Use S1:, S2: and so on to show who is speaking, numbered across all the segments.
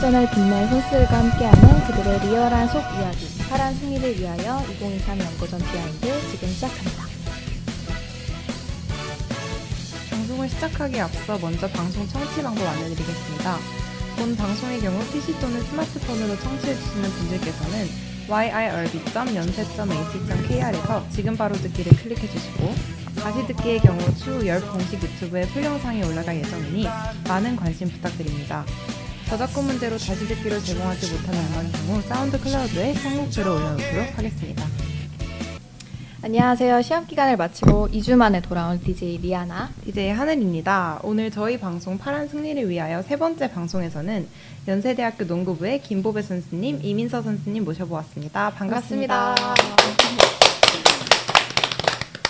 S1: 전을 빛낼 선수들과 함께하는 그들의 리얼한 속 이야기, 파란 승리를 위하여 2023 연고전 비하인드 지금 시작합니다.
S2: 방송을 시작하기에 앞서 먼저 방송 청취 방법 알려드리겠습니다. 본 방송의 경우 PC 또는 스마트폰으로 청취해주시는 분들께서는 yirb.연세.ac.kr에서 지금 바로 듣기를 클릭해주시고 다시 듣기의 경우 추후 열 공식 유튜브에 풀 영상이 올라갈 예정이니 많은 관심 부탁드립니다. 저작권 문제로 다시 듣기를 제공하지 못하는 음악의 경우 사운드 클라우드에 항목표를 올려놓도록 하겠습니다.
S1: 안녕하세요. 시험 기간을 마치고 2주 만에 돌아온 DJ 리아나.
S2: 이제 하늘입니다. 오늘 저희 방송 파란 승리를 위하여 세 번째 방송에서는 연세대학교 농구부의 김보배 선수님, 이민서 선수님 모셔보았습니다. 반갑습니다.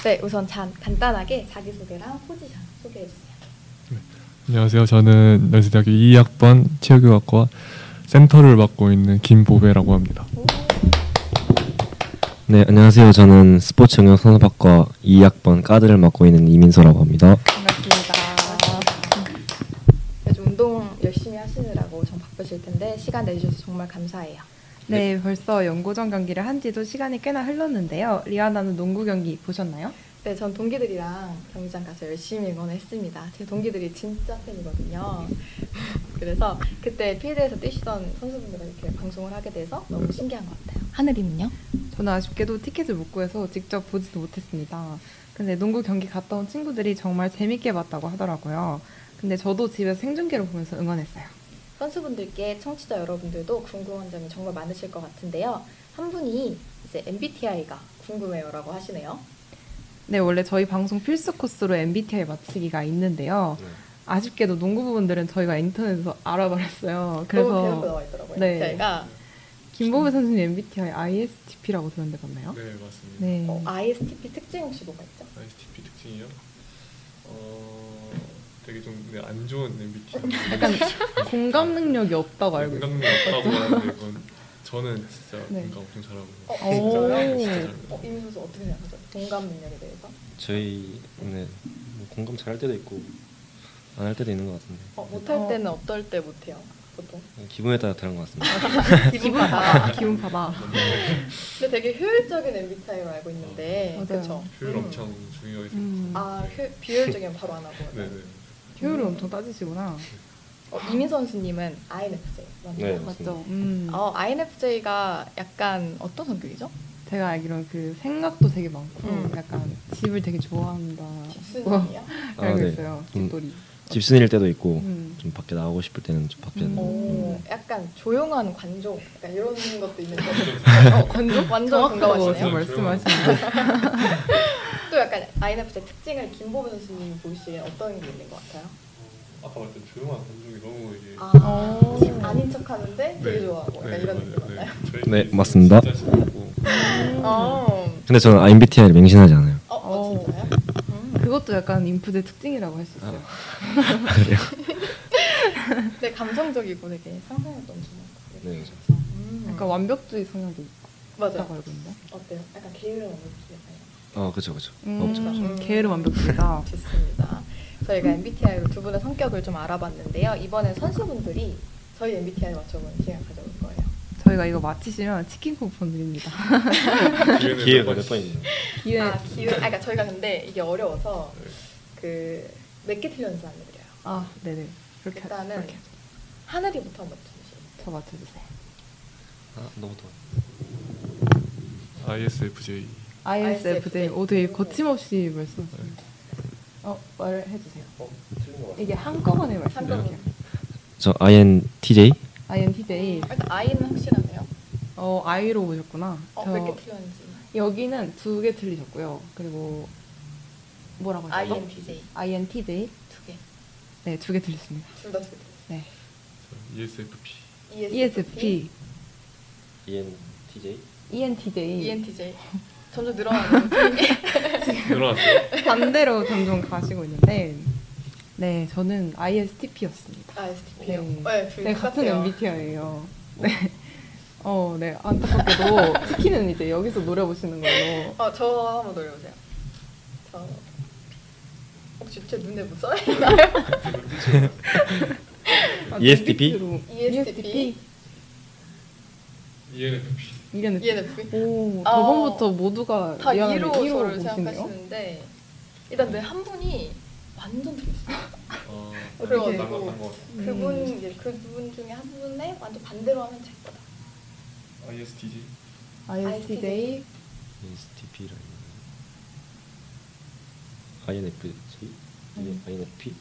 S1: 네, 우선 잠, 간단하게 자기소개랑 포지션 소개해주세요.
S3: 안녕하세요. 저는 연세대학교 2학번 체육학과 센터를 맡고 있는 김보배라고 합니다.
S4: 네, 안녕하세요. 저는 스포츠 영역 산업학과 2학번 까드를 맡고 있는 이민서라고 합니다.
S2: 반갑습니다.
S1: 요즘 운동 열심히 하시느라고 좀 바쁘실 텐데 시간 내주셔서 정말 감사해요.
S2: 네, 벌써 연고전 경기를 한 지도 시간이 꽤나 흘렀는데요. 리아나는 농구 경기 보셨나요?
S1: 네, 전 동기들이랑 경기장 가서 열심히 응원했습니다. 제 동기들이 진짜 팬이거든요. 그래서 그때 필드에서 뛰시던 선수분들과 이렇게 방송을 하게 돼서 너무 신기한 것 같아요. 하늘이는요?
S2: 저는 아쉽게도 티켓을 못 구해서 직접 보지도 못했습니다. 근데 농구 경기 갔다 온 친구들이 정말 재밌게 봤다고 하더라고요. 근데 저도 집에서 생중계로 보면서 응원했어요.
S1: 선수분들께 청취자 여러분들도 궁금한 점이 정말 많으실 것 같은데요. 한 분이 이제 MBTI가 궁금해요라고 하시네요.
S2: 네, 원래 저희 방송 필수 코스로 MBTI 맞추기가 있는데요. 아쉽게도 농구 부분들은 저희가 인터넷에서 알아버렸어요.
S1: 너무 대놓고
S2: 그래서
S1: 나와 있더라고요.
S2: 네.
S1: MBTI가
S2: 김보배 선수님 MBTI ISTP라고 들었는데 맞나요?
S3: 네, 맞습니다.
S1: 음.
S2: 네.
S1: 아. ISTP 어, 특징 혹시 뭐가 있죠?
S3: ISTP 특징이요? 어, 되게 좀 네, 안 좋은 MBTI.
S2: 약간 공감 능력이 없다고 알고 있어요.
S3: 공감력 없다고 하는데 이건 저는 진짜
S2: 네.
S3: 공감 엄청 잘하고.
S1: 어,
S2: 진짜요?
S3: 진짜 잘해요.
S1: 어, 이민 선수 어떻게 생각하죠? 공감 능력에 대해서?
S4: 저희 네, 뭐 공감 잘할 때도 있고 안 할 때도 있는 것 같은데 네,
S1: 어, 못할
S2: 어.
S1: 때는 어떨 때 못해요? 보통
S4: 기분에 따라 다른 것 같습니다.
S1: 기분 다
S2: 기분 봐봐.
S1: 근데 되게 효율적인 MBTI로 알고 있는데
S2: 어, 맞아요.
S1: 그렇죠.
S3: 효율 엄청 중요하게
S2: 음.
S3: 생각해요.
S1: 아 효, 비효율적이면 바로 안 하고.
S3: 네, 네.
S2: 효율을 엄청 따지시구나.
S1: 어, 이민 선수님은 INFJ 맞나요?
S4: 네. 맞습니다.
S2: 맞죠? 음.
S1: 어 INFJ가 약간 어떤 성격이죠?
S2: 제가 알기로는 그 생각도 되게 많고
S1: 음.
S2: 약간 집을 되게 좋아한다.
S1: 집순이에요?
S4: 아,
S2: 알고
S4: 네.
S2: 있어요.
S4: 음.
S2: 집돌이.
S4: 집순일 때도 있고
S2: 음.
S4: 좀 밖에 나가고 싶을 때는 좀 밖에
S2: 음.
S1: 오,
S4: 음.
S1: 약간 조용한 관종, 약간 이런 것도 있는데, 어, 관종 완전
S2: 정확하게
S1: 공감하시네요.
S2: 말씀하시는
S1: 또 약간 INFJ 특징을 김보배 선수님이 보시기에 어떤 게 있는 것 같아요?
S3: 아까 말했던 조용한 감정이 너무 이게.
S1: 아,
S2: 어.
S1: 아닌 척하는데 되게 좋아하고 약간 이런
S3: 네. 맞아요.
S1: 느낌
S3: 네.
S1: 맞나요?
S3: 저희
S4: 네,
S3: 케이스는
S4: 맞습니다.
S3: 진짜 싫고.
S1: 어,
S4: 근데 저는 MBTI를 맹신하지 않아요.
S1: 어, 어, 진짜요? 음.
S2: 그것도 약간 인풋의 특징이라고 할 수 있어요.
S4: 그래요?
S1: 근데 감성적이고 되게 상상력도 엄청 많고.
S4: 네.
S1: 음.
S2: 약간 그러니까 완벽주의 성향도 있다고
S1: 맞아요.
S2: 알고 있는데.
S1: 어때요? 약간 게으름 없는 기분.
S4: 어, 그렇죠, 그렇죠. 없죠.
S2: 음,
S1: 없죠.
S2: 게으름 완벽주의다.
S1: 좋습니다. 저희가 MBTI로 두 분의 성격을 좀 알아봤는데요. 이번에 선수분들이 저희 MBTI 맞춰보는 시간 가져올 거예요.
S2: 저희가 이거 마치시면 치킨 쿠폰 드립니다.
S3: 기회는
S4: 기회가
S3: 몇
S4: 몇 번 있네요.
S2: 기회.
S1: 아 기운. 아 그러니까 저희가 근데 이게 어려워서
S4: 네.
S1: 그 몇 개 틀렸는지 알려드려요.
S2: 아, 네네. 그렇게 하-
S1: 일단은
S2: 그렇게 하죠.
S1: 하늘이부터 한번 맞춰주세요.
S2: 저 맞춰주세요.
S4: 아, 너무 더워.
S3: ISFJ.
S2: ISFJ.
S1: ISFJ.
S2: 오, 되게 거침없이 말씀하시네요. 어, 말을 해주세요. 이게 한꺼번에
S4: 네,
S2: 말씀드릴게요.
S4: 저 INTJ?
S2: INTJ.
S1: 일단 I는 확실하네요.
S2: 어, I로 보셨구나.
S1: 어몇 개 틀렸는지.
S2: 여기는 두 개 틀리셨고요. 그리고 뭐라고 하셨죠?
S1: INTJ
S2: INTJ.
S1: 두 개.
S2: 네, 두 개 틀렸습니다.
S1: 둘 다 두 개. E 틀렸어요.
S2: 네.
S3: E ESFP.
S2: ESFP.
S4: ENTJ?
S1: E
S2: ENTJ.
S1: ENTJ 점점 늘어나는 게
S3: 늘어났어요?
S2: 반대로 점점 가시고 있는데 네 저는 ISTP였습니다.
S1: ISTP예요.
S2: 네.
S1: 네, 둘
S2: 네 같은
S1: 똑같아요.
S2: MBTI예요. 네. 어, 네 안타깝게도 치킨은 이제 여기서 노려보시는 걸로.
S1: 어, 저 한번 노려보세요. 저 혹시 제 눈에 뭐 써있나요?
S2: 아,
S4: ESTP?
S2: 눈빛으로.
S1: E
S2: E
S1: ESTP?
S3: E ENFP.
S2: ENFP.
S1: ENFP?
S2: 오,
S1: 아,
S2: 저번부터 모두가
S1: 다
S2: 미안하네,
S1: 2로
S2: 이로 뭐
S1: 저를
S2: 보시네요.
S1: 생각하시는데 일단 내 한 분이 완전 틀렸어요.
S3: 어,
S1: 그래가지고-
S3: 나갔던 것 같아.
S2: 음.
S1: 그분 이제 그분 중에 한 분의 완전 반대로 하면 제 거다.
S3: ISTJ.
S2: ISTJ.
S4: ESTP라는 INFJ?
S2: 음.
S4: INFP?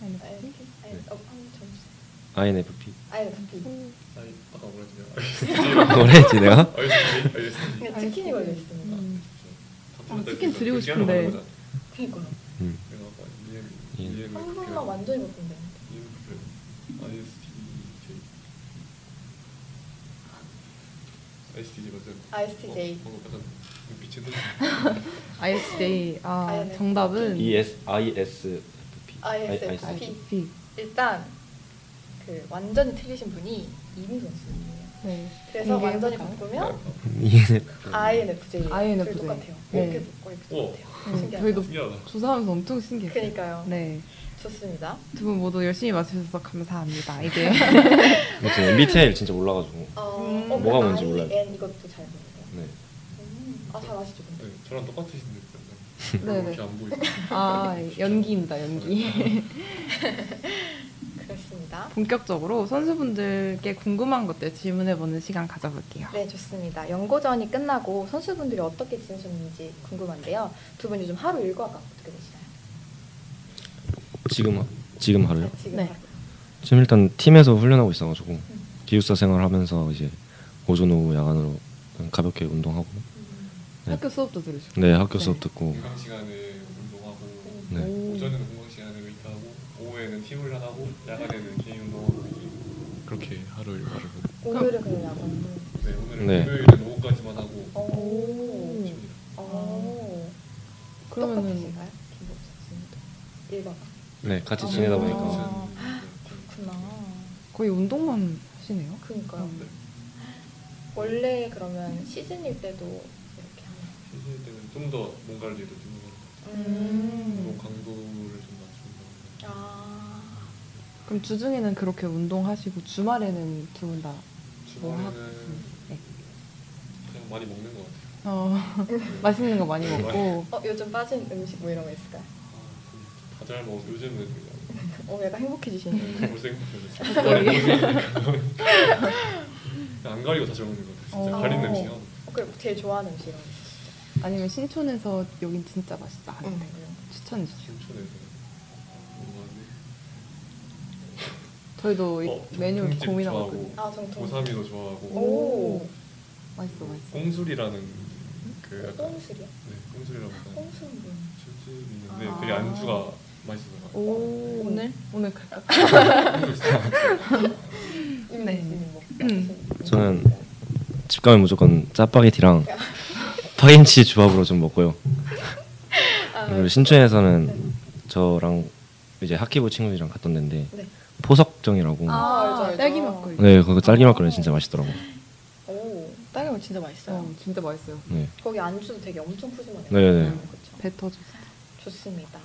S1: ISTJ. 어, 한번 점수.
S4: INFP
S1: ISTP.
S2: 음.
S3: 아이, 아까 뭐라 했냐.
S2: 네.
S4: 뭐라 했지 내가?
S3: ISTJ. ISTJ.
S1: 그냥 치킨이 걸려 있습니다.
S2: 음.
S3: 다 틀렸다
S2: 치킨
S3: 그래서
S2: 드리고
S3: 그렇게 하는 뭐
S2: 싶은데.
S3: 거잖아.
S1: 그니까요.
S4: 음.
S3: 내가 아까 EN,
S4: 예.
S3: ENFP.
S1: 한
S2: 아,
S1: 분만 완전히 바꾼다.
S3: E ENFP. ISTJ. ISTJ 맞아요.
S1: ISTJ.
S3: 어, 방금 약간 눈빛이 흔들려.
S2: ISTJ. 아,
S1: INFP.
S2: 정답은
S4: ES, ISFP
S1: ISFP.
S2: B.
S1: 일단 그 완전히 틀리신 분이 이민선 씨예요.
S2: 네.
S1: 그래서
S2: 공개
S1: 완전히
S2: 해볼까요?
S1: 바꾸면
S4: 네, INFP
S1: INFJ.
S2: INFJ.
S1: 저희 똑같아요.
S2: 네.
S1: 이렇게 듣고 이렇게
S3: 오.
S1: 똑같아요.
S2: 음,
S1: 신기하죠?
S2: 저희도
S3: 신기하다.
S2: 조사하면서 엄청 신기했어요.
S1: 그러니까요.
S2: 네.
S1: 좋습니다.
S2: 두 분 모두 열심히 맞추셔서 감사합니다. 이게
S4: 맞지 밑에 진짜 올라가지고
S1: 어,
S2: 음.
S1: 어,
S4: 뭐가 뭔지
S1: I,
S4: 몰라요.
S1: N 이것도 잘 모르고요.
S4: 네.
S1: 음. 아, 잘 아시죠? 근데?
S3: 네, 저랑 똑같으신데
S2: 네네.
S3: 이렇게 안 보이고
S2: 아, 연기입니다, 연기.
S4: 네.
S1: 그렇습니다.
S2: 본격적으로 선수분들께 궁금한 것들 질문해보는 시간 가져볼게요.
S1: 네, 좋습니다. 연고전이 끝나고 선수분들이 어떻게 지내셨는지 궁금한데요. 두 분 요즘 하루 일과가 어떻게 되시나요?
S4: 지금 지금 하루요?
S1: 네, 지금
S2: 네.
S1: 하루.
S4: 지금 일단 팀에서 훈련하고 있어가지고
S1: 음.
S4: 기숙사 생활하면서 이제 오전 오후 야간으로 그냥 가볍게 운동하고
S1: 음.
S4: 네.
S2: 학교 수업도 들으시고.
S4: 네 학교 수업
S2: 네.
S4: 듣고
S3: 공강 시간에 운동하고
S4: 네.
S2: 오.
S3: 오전에는 공강 시간에 웨이트하고 오후에는 팀 훈련하고 야간에는 개인 운동하고 그렇게 하루 일과를
S1: 오늘은 그냥 야간.
S3: 네 오늘은
S4: 네.
S3: 금요일은 오후까지만 하고
S1: 오. 아.
S2: 오.
S3: 쉽니다.
S1: 오.
S2: 네. 그러면은
S1: 똑같으신가요? 김복수 선수님도 일과가.
S4: 네 같이
S1: 아.
S4: 지내다 보니까
S2: 어.
S1: 아.
S3: 같은
S1: 그렇구나.
S2: 거의 운동만 하시네요.
S1: 그러니까요.
S2: 음.
S3: 네.
S1: 원래 그러면 시즌일 때도 이렇게 하나요?
S3: 시즌 때는 네, 좀 더 몸관리를 좀 하고 운동
S2: 음.
S3: 강도를 좀 맞추는 거
S1: 아.
S2: 그럼 주중에는 그렇게 운동하시고 주말에는 두 분 다.
S3: 주말에는
S2: 뭐 네.
S3: 그냥 많이 먹는 것 같아요
S2: 어, 맛있는 거 많이
S3: 네,
S2: 먹고.
S1: 어, 요즘 빠진 음식 뭐 이런 거 있을까요?
S3: 아, 다잘 먹어서 뭐 요즘은 그냥
S1: 어, 약간 행복해지시네요.
S3: 못생겼어요. 안 가리고 다 잘 먹는 것 같아요. 진짜
S2: 어.
S3: 가린 냄새요.
S1: 어, 그리고 제일 좋아하는 음식 이런 거 있으시죠?
S2: 아니면 신촌에서 여긴 진짜 맛있다.
S1: 음.
S2: 하는데 추천해 주세요.
S3: 신촌에서 뭔가
S2: 저희도 이
S3: 어,
S2: 메뉴
S3: 정통집
S2: 고민하거든요.
S1: 아, 정통.
S3: 고사미도 좋아하고
S1: 오.
S2: 맛있어, 맛있어.
S3: 꽁술이라는
S2: 음?
S3: 그 약간
S1: 꽁술이요?
S3: 네 꽁술이라고 하는
S1: 꽁술은 뭐예요?
S3: 술집 있는데
S2: 아.
S3: 되게 안주가 맛있어요.
S2: 오, 오늘? 오늘 갈까? 네.
S1: 이민수님 뭐
S4: 저는 집 가면 무조건
S1: 음.
S4: 짜파게티랑 파김치 조합으로 좀 먹고요
S1: 아,
S4: 그리고 신촌에서는 저랑 이제 학기부 친구들이랑 갔던 데인데
S1: 네.
S4: 포석정이라고
S1: 아, 알죠, 알죠.
S2: 딸기 막걸리.
S4: 네 거기 딸기 막걸리 진짜 맛있더라고
S1: 오, 딸기맛 진짜 맛있어요.
S2: 어, 진짜 맛있어요.
S4: 네
S1: 거기 안주도 되게 엄청 푸짐하네요.
S4: 네네.
S1: 그렇죠.
S2: 배 터졌어.
S1: 좋습니다.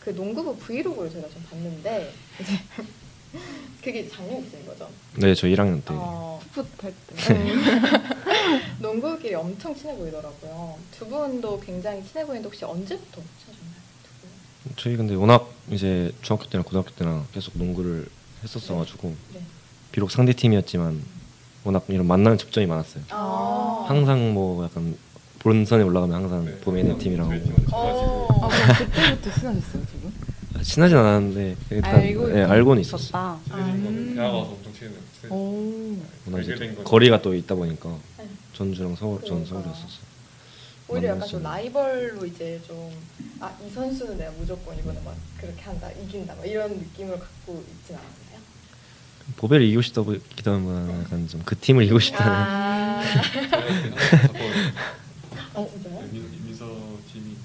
S1: 그 농구부 브이로그를 제가 좀 봤는데 이제 그게 작년 기준인 거죠.
S4: 네, 저 1학년 때
S1: 어,
S2: 풋할 때.
S4: 네.
S1: 농구끼리 엄청 친해 보이더라고요. 두 분도 굉장히 친해 보이는데 혹시 언제부터 친해졌나요? 두 분?
S4: 저희 근데 워낙 이제 중학교 때나 고등학교 때나 계속 농구를 했었어가지고
S1: 네.
S4: 비록 상대 팀이었지만 워낙 이런 만나는 접점이 많았어요.
S1: 아,
S4: 항상 뭐 약간 본선에 올라가면 항상 보메네 팀이랑
S3: 저희
S4: 뭐.
S3: 팀한테
S1: 어.
S3: 가지고
S2: 아, 그럼 그때부터 친하셨어요, 두 분?
S4: 아, 친하진 않았는데
S2: 아,
S4: 일단 예, 알고는 있었어. 요
S2: 있었다.
S3: 친해진 거는
S2: 아. 어.
S3: 대학
S1: 음.
S3: 와서 엄청 친해요.
S2: 오.
S4: 워낙
S3: 알게 된
S4: 이제
S3: 거죠.
S4: 거리가 또 있다 보니까
S1: 네.
S4: 전주랑 서울, 전
S1: 그러니까요.
S4: 서울이었었어. 요
S1: 오히려 약간 좀
S4: 만났어요.
S1: 라이벌로 이제 좀 아 이 선수는 내가 무조건 이번에 막 그렇게 한다 이긴다 막 이런 느낌을 갖고 있진 않았나요?
S4: 보배를 이기고 싶다고 기다만 약간 좀 그 팀을 이기고 싶다는.
S1: 아,
S3: 저희한테 항상 자꾸
S1: 아
S2: 어,
S1: 진짜요?
S3: 민- 민서 네, 팀이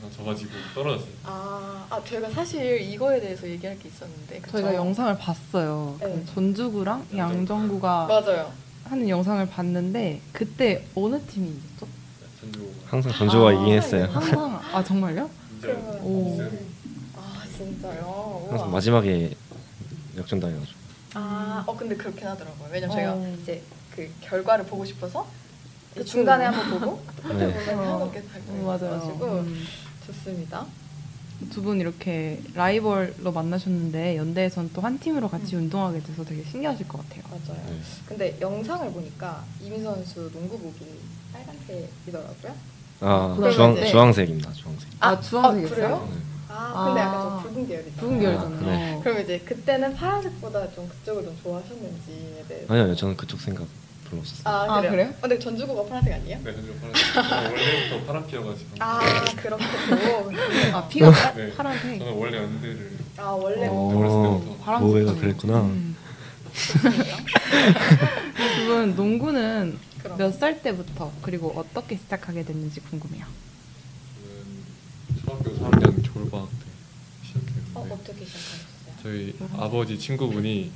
S3: 항상 져가지고 떨어졌어요.
S1: 아, 아 저희가 사실 이거에 대해서 얘기할 게 있었는데 그쵸?
S2: 저희가 영상을 봤어요.
S1: 네.
S2: 그 전주구랑 양정구가
S1: 맞아요.
S2: 하는 영상을 봤는데 그때 어느 팀이 이겼죠?
S3: 전주호가
S4: 항상 전주가
S2: 아,
S4: 이긴 했어요.
S2: 항상 아 정말요?
S3: 인정.
S1: 오. 아 진짜요? 우와.
S4: 항상 마지막에 역전당해가지고
S1: 아, 어 근데 그렇긴 하더라고요. 왜냐면 제가
S2: 어.
S1: 이제 그 결과를 보고 싶어서
S2: 그쵸.
S1: 중간에 한번 보고 그때
S4: 네.
S1: 보면
S2: 어.
S1: 한번게 가지고
S2: 음.
S1: 좋습니다.
S2: 두 분 이렇게 라이벌로 만나셨는데 연대에선 또 한 팀으로 같이 운동하게 돼서 되게 신기하실 것 같아요.
S1: 맞아요.
S4: 네.
S1: 근데 영상을 보니까 이민 선수 농구복이 빨간색이더라고요.
S4: 아
S2: 그러면
S4: 주황
S1: 이제-
S4: 주황색입니다 주황색
S2: 아, 주황색이었어요?
S1: 그래요?
S4: 네.
S1: 아 근데
S2: 아.
S1: 약간 좀 붉은 계열이다.
S2: 붉은 어.
S4: 계열이잖아요. 아,
S2: 계열잖아요.
S1: 그럼 이제 그때는 파란색보다 좀 그쪽을 좀 좋아하셨는지에 대해서.
S4: 아니요 아니요 저는 그쪽 생각 별로 없었어요
S1: 아
S2: 아,
S1: 그래요?
S2: 그래요?
S1: 어, 근데 전주구가 파란색 아니에요?
S3: 네, 현재 파란. 원래부터 파란피여가지고.
S1: 아 그렇군요.
S2: 아 피가 파,
S3: 네.
S2: 파란색.
S3: 저는 원래 연대를
S1: 아 원래
S4: 어.
S3: 어렸을 때부터.
S2: 바람
S4: 모해가
S2: 색깔이네요.
S4: 그랬구나.
S2: 음. 두분 농구는
S1: 그럼.
S2: 몇 살 때부터 그리고 어떻게 시작하게 됐는지 궁금해요.
S3: 저는 초등학교 3학년 겨울방학 때 시작했는데
S1: 어 어떻게 시작하셨어요?
S3: 저희 아버지 친구분이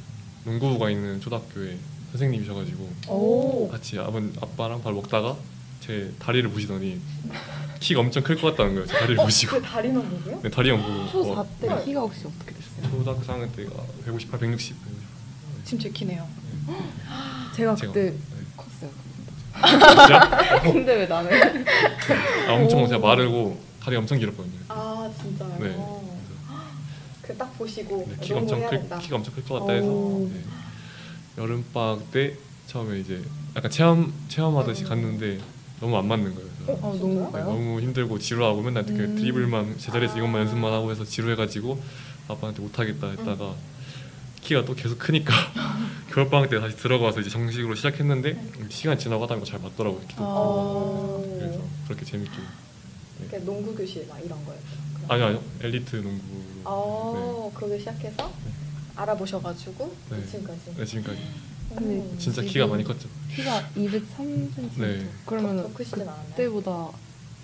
S3: 농구부가 있는 초등학교에 선생님이셔가지고
S1: 오.
S3: 같이 아버 아빠랑 밥 먹다가 제 다리를 보시더니 키가 엄청 클 것 같다는 거예요. 제 다리를 보시고
S1: 그 다리만 보고요?
S3: 네, 다리만 보고 와,
S2: 어, 초4 때
S1: 네.
S2: 키가 혹시 어떻게 됐어요?
S3: 초등학생 때가 158, 160, 160.
S1: 지금 제 키네요.
S2: 제가
S3: 제가
S2: 아, 그때
S3: 네.
S2: 컸어요. 아,
S3: 진짜?
S2: 근데 왜 나는?
S3: 아, 엄청 제가 마르고 다리 엄청 길었거든요.
S1: 아 진짜요?
S3: 네.
S1: 그 딱 보시고
S3: 네, 키가
S1: 너무
S3: 엄청 클
S1: 해야겠다.
S3: 키가 엄청 클 것 같다 해서
S1: 오.
S3: 네. 여름 방학 때 처음에 이제 약간 체험 체험하듯이
S1: 음.
S3: 갔는데 너무 안 맞는 거예요. 그래서
S2: 어,
S3: 네,
S2: 농구가요?
S3: 너무 힘들고 지루하고 맨날 그
S2: 음.
S3: 드리블만 제자리에서
S1: 아.
S3: 이것만 연습만 하고 해서 지루해가지고 아빠한테 못하겠다 했다가 키가 또 계속 크니까 겨울 방학 때 다시 들어가서 이제 정식으로 시작했는데 시간 지나고 하다 보니까 잘 맞더라고요. 키도
S2: 아.
S3: 크고. 그래서 그렇게 재밌게
S1: 이렇게 농구 교실 막 이런 거예요. 그럼.
S3: 아니요 아니요 엘리트 농구로 아.
S1: 어, 그걸 시작해서 알아보셔가지고
S3: 네.
S1: 지금까지.
S3: 네, 지금까지
S1: 음.
S3: 진짜
S2: 지금-
S3: 키가 많이 컸죠.
S2: 키가 203cm.
S3: 네.
S1: 더,
S2: 그러면
S1: 더 크시진 않았나요?
S2: 그때보다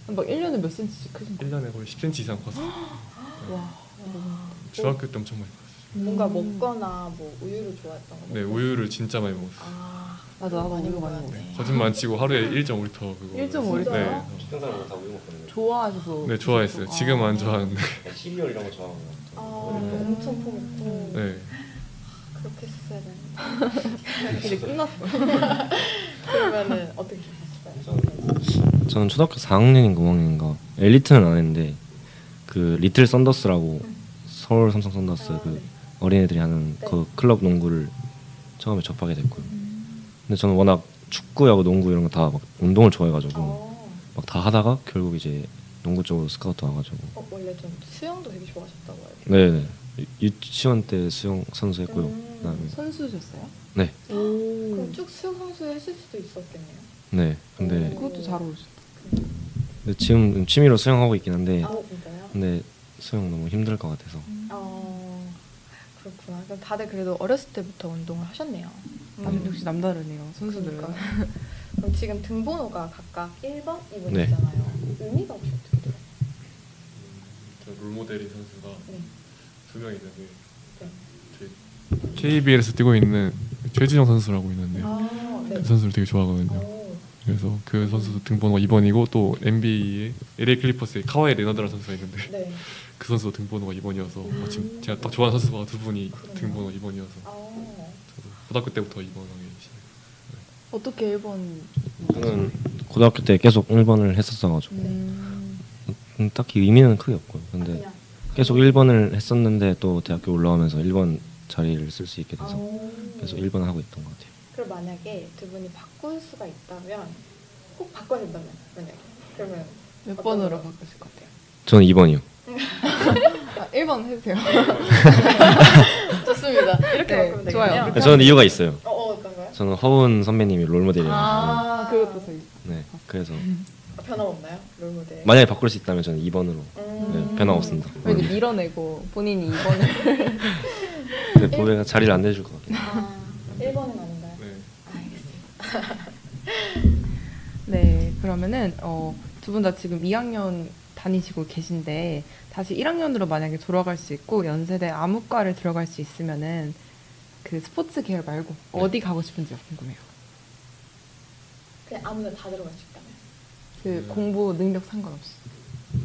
S2: 막 1년에 몇 cm씩 크신 거예요?
S3: 1년에 거의 10cm 이상 컸어요.
S2: 와.
S1: 와.
S3: 네. 중학교 때 엄청 많이 컸어요.
S1: 뭔가
S2: 음.
S1: 먹거나 뭐 우유를 좋아했던 거.
S3: 네,
S1: 먹고.
S3: 우유를 진짜 많이 먹었어요.
S1: 아,
S2: 맞아, 나도
S1: 많이
S2: 우유 많이
S1: 먹어야
S2: 먹어요.
S1: 돼.
S3: 거짓말 안 치고 하루에 1.5리터 그거.
S2: 1.5L
S3: 먹었어요.
S1: 진짜요?
S3: 네.
S5: 시킨 사람은 다 우유 먹거든요.
S2: 좋아하셔서.
S3: 네, 좋아했어요. 지금 안 좋아하는데.
S5: 그냥 시리얼 이런 거 좋아하는 것
S1: 아,
S5: 같아요.
S1: 엄청
S2: 음.
S1: 포먹고
S3: 네.
S1: 그렇게 했어야 되는데.
S2: 근데 끝났어.
S1: 그러면은 어떻게 하셨어요?
S4: 저는 초등학교 4학년인가 5학년인가 엘리트는 안 했는데 그 리틀 썬더스라고 서울 삼성 썬더스
S1: 아,
S4: 그
S1: 네.
S4: 어린애들이 하는
S1: 네.
S4: 그 클럽 농구를 처음에 접하게 됐고요. 근데 저는 워낙 축구, 야구, 농구 이런 거 다 막 운동을 좋아해가지고
S1: 어,
S4: 막 다 하다가 결국 이제 농구 쪽으로 스카우트 와가지고
S1: 어, 원래 좀 수영도 되게 좋아하셨다고 해요.
S4: 네네 유- 유치원 때 수영 선수 했고요.
S1: 음.
S4: 그다음에
S2: 선수셨어요?
S4: 네,
S2: 오.
S1: 그럼 쭉 수영 선수 했을 수도 있었겠네요.
S4: 네. 근데,
S2: 그것도 잘 어울리셨다.
S4: 근데 지금 취미로 수영하고 있긴 한데
S1: 아, 진짜요?
S4: 근데 수영 너무 힘들 것 같아서
S1: 어, 그렇구나. 그럼 다들 그래도 어렸을 때부터 운동을 하셨네요.
S4: 음.
S2: 남, 역시 남다르네요. 선수들은.
S1: 음, 그러니까. 그럼 지금 등번호가 각각 1번, 2번이잖아요.
S4: 네.
S1: 의미가 혹시 어떻게 돼요?
S3: 저 롤모델인 선수가
S1: 네.
S3: 두 명 있는데
S1: 네.
S3: KBL에서 뛰고 있는 최진영 선수라고 있는데
S1: 아, 네. 어,
S3: 그 선수를 되게 좋아하거든요.
S1: 오,
S3: 그래서 그 선수도 등번호가 2번이고 또 NBA의 LA 클리퍼스의 카와이 레너드라는 선수가 있는데
S1: 네.
S3: 그 선수도 등번호가 2번이어서 마침 제가 딱 좋아하는 선수가 두 분이 등번호 2번이어서
S1: 아,
S3: 저도 고등학교 때부터 2번 하기 시작.
S2: 어떻게 1번.
S4: 저는 고등학교 때 계속 1번을 했었어가지고
S2: 음.
S4: 음, 딱히 의미는 크게 없고요. 근데
S1: 그냥.
S4: 계속 1번을 했었는데 또 대학교 올라오면서 1번 자리를 쓸 수 있게 돼서
S1: 아.
S4: 계속 1번 하고 있던 것 같아요.
S1: 그럼 만약에 두 분이 바꿀 수가 있다면 꼭 바꿔야 된다면 만약에 그러면
S2: 몇
S1: 어떤
S2: 번으로
S1: 거?
S2: 바꾸실 것 같아요?
S4: 저는 2번이요.
S2: 아, 1번 해주세요.
S1: 좋습니다. 이렇게
S2: 네,
S1: 바꾸면
S2: 좋아요.
S1: 되겠네요.
S4: 저는 이유가 있어요.
S1: 어, 어 어떤가요?
S4: 저는 허운 선배님이 롤모델이라서
S2: 아, 그것도 저희.
S4: 네 그래서
S1: 아, 변함없나요? 롤모델.
S4: 만약에 바꿀 수 있다면 저는 2번으로
S1: 음.
S4: 네, 변함없습니다.
S2: 왜 이렇게 밀어내고 본인이 2번을.
S4: 근데 네, 보배가 자리를 안 내줄 것 같아요.
S1: 아, 1번은 아닌가요?
S3: 네.
S1: 알겠습니다.
S2: 네, 그러면은 어, 두 분 다 지금 2학년 다니시고 계신데 다시 1학년으로 만약에 돌아갈 수 있고 연세대 아무과를 들어갈 수 있으면은 그 스포츠 계열 말고
S3: 네.
S2: 어디 가고 싶은지가 궁금해요.
S1: 그냥 아무나 다 들어갈 수 있다면.
S2: 그
S3: 음.
S2: 공부 능력 상관없이.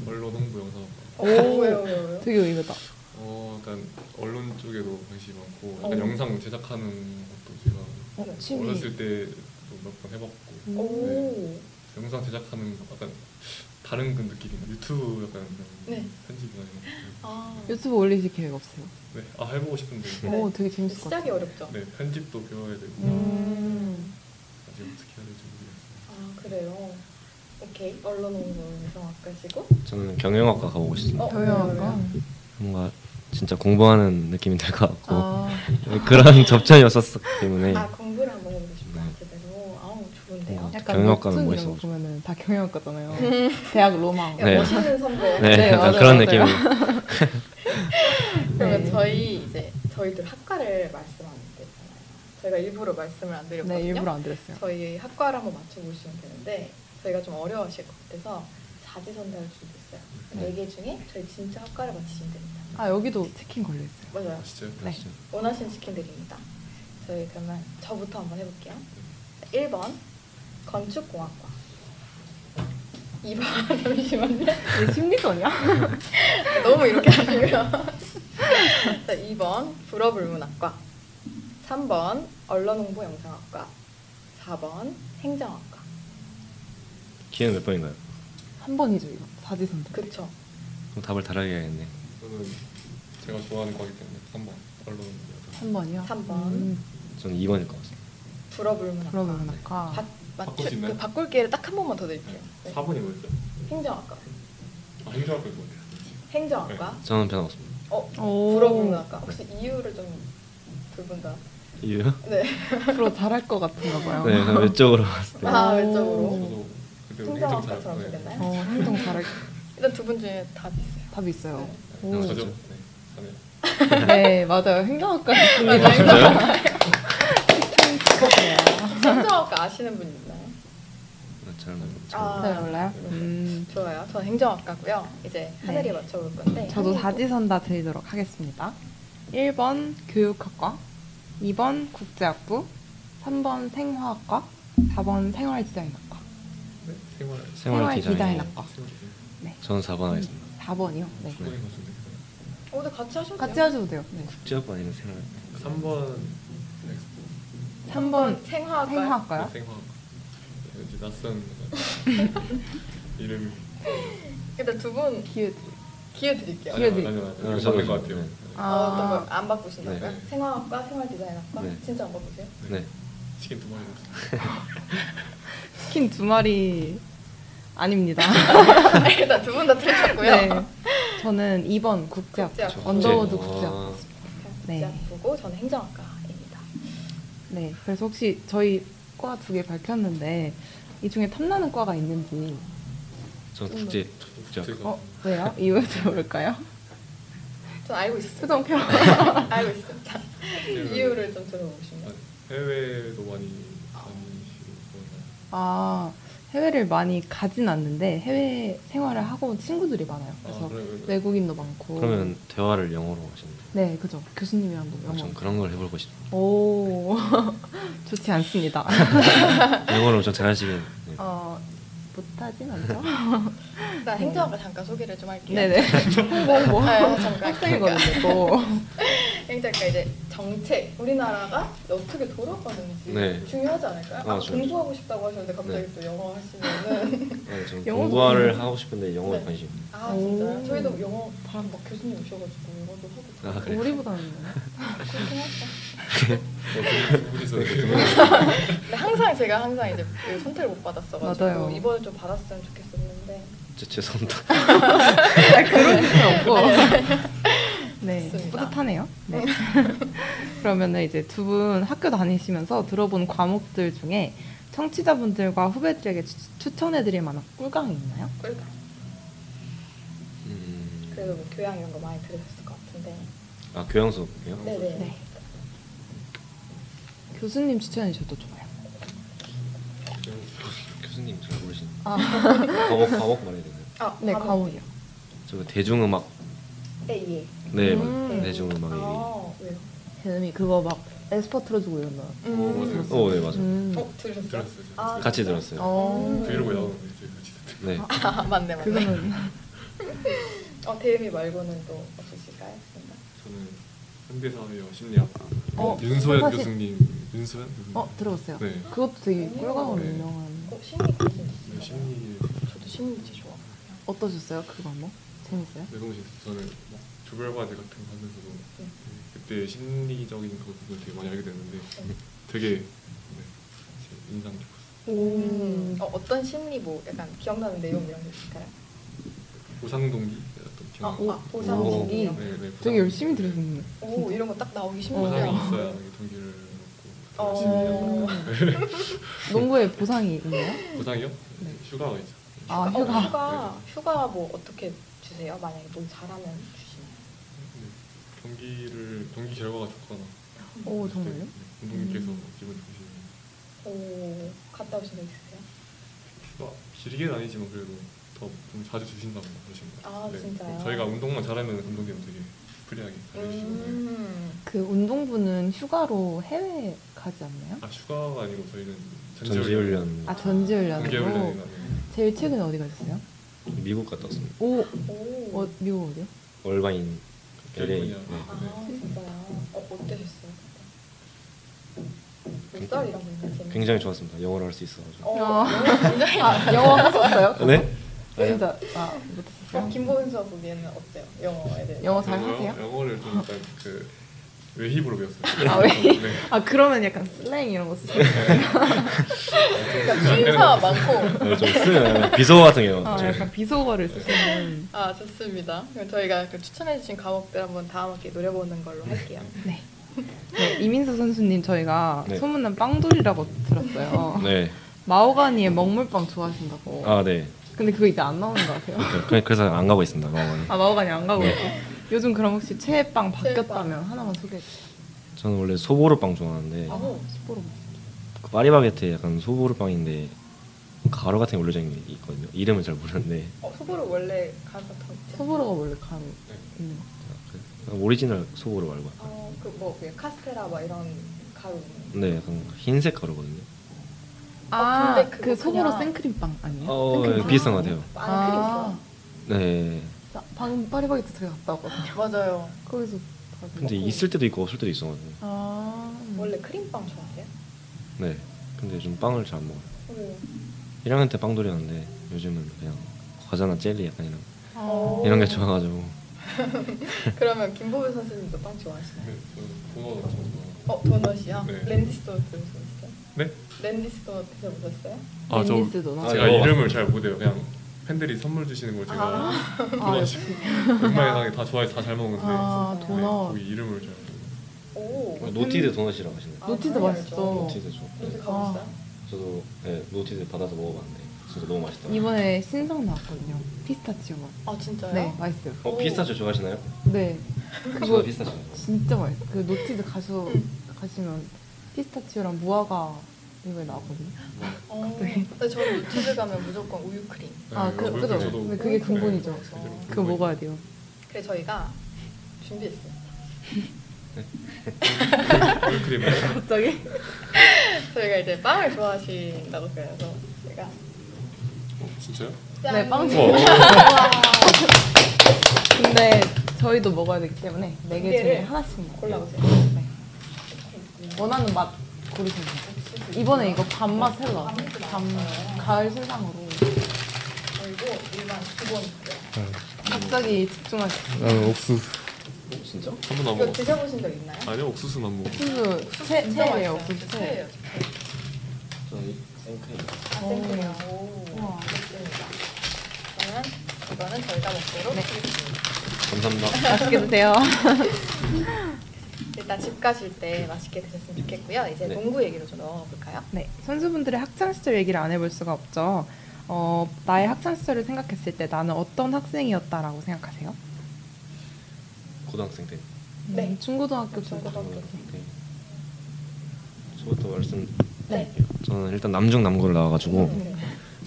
S3: 언론 홍보 영상
S1: 아, 왜요 왜요 왜요?
S2: 되게 의외다.
S3: 어, 어, 약간 언론 쪽에도 관심이 많고
S1: 어.
S3: 약간 영상 제작하는 것도 제가
S6: 어, 취미.
S3: 어렸을 때몇 번 해봤고
S1: 음. 오.
S3: 영상 제작하는 거 약간 다른 그 느낌이나 유튜브 약간 그런
S1: 네.
S3: 편집이나 이런 거.
S1: 아.
S2: 유튜브 올리실 계획 없어요?
S3: 네, 아 해보고 싶은데
S1: 네.
S2: 오, 되게 재밌을 것
S1: 시작이
S2: 같아요.
S1: 어렵죠.
S3: 네 편집도 배워야 되고
S1: 음.
S3: 아직 어떻게 해야 될지 모르겠어요.
S1: 아 그래요. 오케이 언론 운동에서 아까시고
S4: 저는 경영학과 가보고 싶습니다.
S1: 어,
S2: 경영학과?
S4: 뭔가 진짜 공부하는 느낌이 될 것 같고
S2: 아,
S4: 그런 접점이 없었기 때문에
S1: 아 공부를 한번 해보고 다 제대로. 아우 좋은데요.
S4: 네. 네.
S2: 약간
S4: 경영학과는
S2: 웹툰
S4: 멋있어
S2: 이런 거
S4: 보이죠.
S2: 보면은 다 경영학과잖아요. 대학 로망.
S1: 야,
S4: 네.
S1: 멋있는 선배.
S4: 네,
S2: 네,
S4: 약간
S2: 맞아요,
S4: 그런
S2: 맞아요.
S4: 느낌.
S1: 그러면
S2: 네.
S1: 저희 이제 저희들 학과를 말씀 안 드렸잖아요. 저희가 일부러 말씀을 안 드렸거든요.
S2: 네, 일부러 안 들었어요.
S1: 저희 학과를 한번 맞춰보시면 되는데 저희가 좀 어려워하실 것 같아서 자지선다를 주고 있어요. 네 개 중에 저희 진짜 학과를 맞히시면 됩니다.
S2: 아, 여기도 치킨 걸려있어요.
S1: 맞아요.
S3: 아, 진짜요?
S2: 네.
S1: 원하시는 치킨 드립니다. 저희 그러면 저부터 한번 해볼게요. 1번 건축공학과 2번 잠시만요.
S2: 이게 심리전이야?
S1: 너무 이렇게 하시고요. 자, 2번 불어불문학과 3번 언론홍보영상학과 4번 행정학과
S4: 기회는 몇 번인가요?
S2: 한 번이죠, 이거. 사지선.
S1: 그쵸?
S4: 그럼 답을 다르게 해야겠네.
S3: 저는 제가 좋아하는 거기 때문에 한번 언론 영상.
S2: 한 번이요? 음,
S1: 삼 번.
S4: 저는 2번일 것 같습니다.
S1: 불어불문학과
S2: 그러면 아까
S1: 바,
S3: 바꿀 수
S1: 맞추,
S3: 있나요?
S1: 그 바꿀 기회를 딱 한 번만 더 드릴게요. 네.
S3: 4번이 뭐였죠?
S1: 행정학과
S3: 아, 행정학과 이거 어때요?
S1: 행정학과
S4: 저는 변함없습니다.
S1: 어
S2: 오.
S1: 불어불문학과 혹시 이유를 좀 두 분 다.
S4: 이유요?
S1: 네.
S2: 앞으로 잘할 것 같은가 봐요.
S4: 네, 저는 외적으로 봤을 때
S1: 아
S2: 오.
S1: 왼쪽으로.
S3: 저도 그때 행정 잘
S1: 행정학과처럼 되겠나요?
S2: 어, 행동 잘할
S1: 일단 두 분 중에 답 있어요.
S2: 답이 있어요.
S4: 오.
S3: 저죠? 네. 저는
S2: 네, 맞아요. 행정학과 있습니다. 아. 네, 치킨 치킨
S1: 행정학과 아시는 분 있나요?
S4: 잘 모르겠죠.
S1: 아.
S2: 잘 몰라요? 음,
S1: 좋아요. 저는 행정학과고요. 이제
S2: 네.
S1: 하늘이 맞춰볼 건데.
S2: 저도
S1: 하늘이-
S2: 사지선다 드리도록 하겠습니다. 1번 교육학과, 2번 국제학부, 3번 생화학과, 4번 생활디자인학과.
S3: 네? 생활 아,
S4: 생활 디자인.
S2: 디자인학과.
S3: 생활 디자인.
S4: 저는 4번 하겠습니다.
S2: 네, 4번이요. 네.
S3: 초반인 것 같은데.
S1: 어, 근데 같이 하셔도
S2: 같이
S1: 돼요.
S2: 하셔도 돼요. 네.
S4: 국제학과 아니면 생활.
S3: 3번 엑스포 네,
S2: 3번
S1: 생화학과.
S2: 생화학과요.
S3: 생화학 네, 이제 낯선 이름
S1: 일단 두 분
S2: 기회
S1: 기회 드릴게요.
S2: 기회 드릴게요.
S3: 아니요
S4: 아,
S3: 아니요
S4: 저도
S3: 저는 것
S4: 저도.
S3: 같아요
S4: 네.
S1: 아, 어떤 걸 안 바꾸신다고요?
S3: 네.
S1: 생화학과, 생활디자인학과
S4: 네.
S1: 진짜 안 바꾸세요?
S4: 네.
S3: 치킨 두 마리 먹었어요
S2: 치킨 두 마리 아닙니다.
S1: 일단 두 분 다 틀리셨고요.
S2: 네. 저는 2번
S1: 국제학부.
S2: 국제학부. 언더워드
S4: 아,
S2: 국제학부. 네.
S1: 네. 보고 저는 행정학과입니다.
S2: 네, 그래서 혹시 저희 과 두 개 밝혔는데 이 중에 탐나는 과가 있는지
S4: 저는 국제 국제학과.
S3: 제가
S2: 어 왜요? 이유 들어볼까요?
S1: 전 알고 있었어요.
S2: 표정 표.
S1: 알고 있습니다.
S4: 네.
S3: 제가
S1: 이유를 좀 들어보시면.
S3: 해외도 많이 다니시고 그러나요?
S2: 아 해외를 많이 가진 않는데 해외 생활을 하고 친구들이 많아요. 그래서
S3: 아, 그래요? 네.
S2: 외국인도 많고.
S4: 그러면 대화를 영어로 하시는 거예요?
S2: 네, 그죠. 교수님이랑도 뭐
S4: 아,
S2: 영어.
S4: 전 그런 걸 해보고 싶어요.
S2: 오 좋지 않습니다.
S4: 영어를 좀 잘하시긴. 네.
S2: 어 못하진 않죠.
S1: 일단 행정학과 잠깐 소개를 좀 할게요.
S2: 네네. 뭐, 홍보 홍보.
S1: 아, 잠깐.
S2: 학생이거든요. 또.
S1: 행정학과 이제 정책 우리나라가 어떻게 돌아가는지
S4: 네.
S1: 중요하지 않을까요? 아,
S4: 아, 중요하죠.
S1: 공부하고 싶다고 하셨는데 갑자기
S4: 네.
S1: 또 영어 하시면은
S4: 네, 저는
S2: 영어도
S4: 공부를 하고 싶은데 영어에
S1: 네.
S4: 관심. 이
S1: 아 진짜요?
S2: 오.
S1: 저희도 영어 막 교수님 오셔가지고 영어도 하고
S4: 아 그래.
S2: 우리보다는
S1: 그렇긴 하죠.
S3: 두 분이서 이렇게
S1: 근데 항상 제가 항상 이제 그 선택을 못 받았어가지고
S2: 맞아요.
S1: 이번에 좀 받았으면 좋겠었는데
S4: 제- 죄송합니다.
S2: 네. 그런 일은 없고. 네,
S1: 좋습니다.
S2: 뿌듯하네요. 네. 그러면은 이제 두 분 학교 다니시면서 들어본 과목들 중에 청취자분들과 후배들에게 추, 추천해드릴 만한 꿀강이 있나요?
S1: 꿀까?
S4: 음,
S1: 그래도 뭐 교양 이런 거 많이 들으셨을 것 같은데
S4: 아 교양 수업이요?
S1: 네네
S2: 네. 교수님 추천해 주셔도 좋아요.
S4: 교수님 잘 모르시는.
S2: 아.
S4: 과목 과목 말해야 되나요?
S1: 아
S2: 네,
S1: 과목.
S2: 과목이요.
S4: 저그 대중음악.
S1: 네 예.
S4: 네,
S2: 음.
S4: 맞- 대중음악이.
S1: 아 왜요?
S2: 재름이 그거 막 에스퍼 틀어주고 이런 거.
S1: 음.
S3: 맞아요.
S4: 오, 네 맞아요.
S2: 음.
S1: 어 들으셨어요?
S3: 들었어요 제가.
S1: 아,
S4: 같이 들었어요.
S2: 어.
S3: 브이로그 나오는데 저희 같이 듣고
S4: 네.
S1: 아 맞네 맞네.
S2: 그거는
S1: 어 대미 말고는 또 없으실까요? 생각?
S3: 저는 현대사회와 심리학 네,
S2: 어,
S3: 윤소연
S2: 사실-
S3: 교수님 윤소연 교수님
S2: 어 들어봤어요.
S3: 네
S2: 그것도 되게 꿀감으로
S3: 네.
S2: 유명한.
S1: 어, 심리
S3: 네,
S1: 관심.
S3: 심리
S1: 저도 심리 진짜 좋아.
S2: 어떠셨어요? 그거 뭐 재밌어요?
S3: 내동식 저는 막 조별과제 같은 거 하면서도
S1: 네.
S3: 그때 심리적인 그 부분을 되게 많이 알게 됐는데 되게 네, 제 인상 깊었어요.
S1: 음. 어, 어떤 심리 뭐 약간 기억나는 내용 이런 게 있을까요?
S3: 네. 보상동기 네, 어떤
S1: 아,
S3: 기억.
S1: 아 보상심리.
S3: 네, 네, 보상-
S2: 되게 열심히 들으셨는데.
S1: 오 이런 거 딱 나오기
S3: 보상이
S1: 힘들어요.
S3: 있어야 이게 동기를 얻고 더
S1: 어.
S3: 열심히 하는 거.
S2: 농구에 보상이 있나요?
S3: 보상이요?
S2: 네.
S3: 휴가가 있죠.
S2: 아
S1: 어, 휴가.
S2: 휴가.
S1: 휴가 휴가 뭐 어떻게 주세요? 만약에 뭘 잘하면 주시나요?
S3: 네. 경기를 경기 결과가 좋거나.
S2: 오 정말요? 음.
S3: 운동님께서 기분 좋으시면
S1: 오 갔다 오신 적 있으세요?
S3: 휴가 길게는 아니지만 그래도 더 좀 자주 주신다고 그러신 것 같아요.
S1: 아, 진짜요?
S3: 저희가 운동만 잘하면 감독님 되게 프리하게 잘해주시고. 네.
S1: 음.
S2: 그 운동부는 휴가로 해외 가지 않나요?
S3: 아 휴가가 아니고 저희는
S4: 전지훈련
S2: 아
S3: 네.
S2: 전지훈련으로.
S3: 전지훈련이나
S2: 제일 최근에 어디 가셨어요?
S4: 미국 갔다 왔습니다.
S2: 오
S1: 오.
S2: 어, 미국 어디요?
S4: 얼바인 LA
S3: 캘리포니아.
S4: 네.
S1: 아 진짜요? 어 어떠셨어요? 그때? 몇 살이라고 생각했나요?
S4: 굉장히 좋았습니다. 영어를 할 수 있어가지고.
S1: 어,
S2: 어.
S1: 굉장히
S2: 아 영어 하셨어요?
S4: 네? 아니요.
S2: 진짜 아
S1: 어,
S2: 못했어요.
S1: 김보은 수업 보기에는 어때요? 영어에 대해서
S2: 영어 잘
S3: 영어요?
S2: 하세요?
S3: 영어를 좀 약간 그 외힙으로 배웠어요.
S2: 아, 외힙?
S3: 네.
S2: 아 그러면 약간 슬랭 이런 거 쓰시는
S1: 그러니까 수인사 많고
S4: 네, 좀 쓰는 비서 같은 네. 게
S2: 아,
S4: 좀
S2: 약간 비속어를 쓰시는
S1: 아 좋습니다 그럼 저희가 그 추천해주신 과목들 한번 다음 학기에 노려보는 걸로 할게요
S2: 네. 네, 이민수 선수님 저희가
S4: 네.
S2: 소문난 빵돌이라고 들었어요.
S4: 네.
S2: 마오가니의 먹물빵 좋아하신다고.
S4: 아 네.
S2: 근데 그거 이제 안 나오는 거 아세요?
S4: 그- 그래서 안 가고 있습니다. 마오가니.
S2: 아 마오가니 안 가고 있고. 요즘 그럼 혹시 최애 빵 바뀌었다면
S1: 최애빵.
S2: 하나만 소개해 주세요.
S4: 저는 원래 소보루빵 좋아하는데
S1: 아우
S2: 스포로.
S4: 그 파리바게트에 약간 소보루빵인데 가루 같은 게 올려져 있는 게 있거든요. 이름은 잘 모르는데
S1: 어, 소보로 원래 가서 더 있지
S2: 소보로가 원래 간 있는 거.
S4: 약간 오리지널 소보루 말고 약간
S1: 어그뭐 카스테라 막 이런 가루
S4: 네 약간 흰색 가루거든요.
S1: 아,
S2: 아,
S1: 근데 그거
S2: 그 소보로
S1: 그냥-
S2: 생크림빵 아니에요?
S4: 어
S1: 예.
S4: 네, 비슷한 것 같아요.
S1: 안에 아.
S4: 네.
S2: 나 방금 파리바게트 되게 갔다 왔거든요.
S1: 크림 있어 맞아요
S2: 거기서 바로
S4: 근데
S2: 먹고.
S4: 있을 때도 있고 없을 때도 있어가지고
S2: 아
S1: 원래 크림빵 좋아하세요?
S4: 네. 근데 좀 빵을 잘 안 먹어요.
S1: 왜요?
S4: 1학년 때 빵돌이었는데 요즘은 그냥 과자나 젤리 약간 이런
S1: 어.
S4: 이런 게 좋아가지고
S1: 그러면 김보배 선생님도 빵 좋아하시나요?
S3: 네, 저는 도넛 엄청 좋아하고.
S1: 어 도넛이요?
S3: 네.
S1: 랜디스토어 드셔보셨어요?
S3: 네?
S1: 랜디스토어 드셔보셨어요?
S3: 아, 저
S2: 랜디스 도넛.
S3: 제가
S4: 아,
S3: 이름을 잘 못해요. 그냥 팬들이 선물 주시는 걸 제가
S2: 아,
S3: 도넛 웬만하게 다 좋아해서 다 잘 먹는데
S2: 아,
S3: 네,
S2: 도넛.
S3: 거기 이름을 잘 모르겠어요.
S1: 오
S3: 아,
S4: 노티드 도넛이라고 하시네요.
S1: 아,
S2: 노티드
S1: 당연히
S2: 맛있어.
S1: 알죠.
S4: 노티드 좋.
S1: 노티
S4: 네.
S1: 가보셨어요?
S4: 저도 네, 노티드 받아서 먹어봤는데 진짜 너무 맛있더라고요.
S2: 이번에 신상 나왔거든요. 피스타치오 맛.
S1: 아 진짜요?
S2: 네, 맛있어요.
S4: 어 피스타치오 좋아하시나요?
S2: 네.
S4: 저
S2: 그거
S4: 피스타치오.
S2: 진짜 맛있어. 그 노티드 가수 가시면 피스타치오랑 무화과 이거 나왔거든요.
S1: 어, 근데 저는 노티드 가면 무조건 우유 크림
S2: 아, 그,
S3: 네, 저도
S2: 그죠.
S3: 저도 네,
S2: 근데 그게 근본이죠.
S3: 그대로
S2: 그거 먹어야 돼요.
S1: 그래 저희가 준비했어요
S3: 네. 꿀크림.
S2: 갑자기?
S1: 저희가 이제 빵을 좋아하신다고 그래서 제가
S3: 어, 진짜요?
S1: 짠!
S2: 네, 빵
S3: 우와.
S2: 근데 저희도 먹어야 되기 때문에 네 개 중에
S1: 개를
S2: 하나씩 먹어요.
S1: 골라보세요
S3: 네.
S2: 원하는 맛 고르세요. 이번에 이거 밤맛 새로 나왔어요. 밤 가을 신상으로
S1: 그리고 일반 기본 요
S2: 네. 갑자기 집중하시죠.
S3: 나는 옥수수.
S4: 진짜?
S3: 한 번도 안
S1: 이거
S3: 먹었어.
S1: 드셔보신 적 있나요?
S3: 아니요, 옥수수는 안 먹어.
S2: 옥수수 채 채예요.
S1: 옥수
S2: 옥수수 채.
S1: 최애예요
S4: 저이 생크림.
S1: 네. 아 생크림 오 좋습니다 네. 그러면 이거는 저희가 먹도록 하겠습니다
S4: 감사합니다.
S2: 맛있게 드세요.
S1: 일단 집 가실 때 맛있게 드셨으면 좋겠고요. 이제
S4: 네.
S1: 농구 얘기로 좀 넘어가 볼까요?
S2: 네, 선수분들의 학창 시절 얘기를 안 해볼 수가 없죠. 어, 나의 학창 시절을 생각했을 때 나는 어떤 학생이었다라고 생각하세요?
S4: 고등학생 때.
S1: 네.
S2: 음, 중고등학교 정도.
S4: 고등학생 때. 저부터 말씀드릴게요. 저는 일단 남중 남고를 나와가지고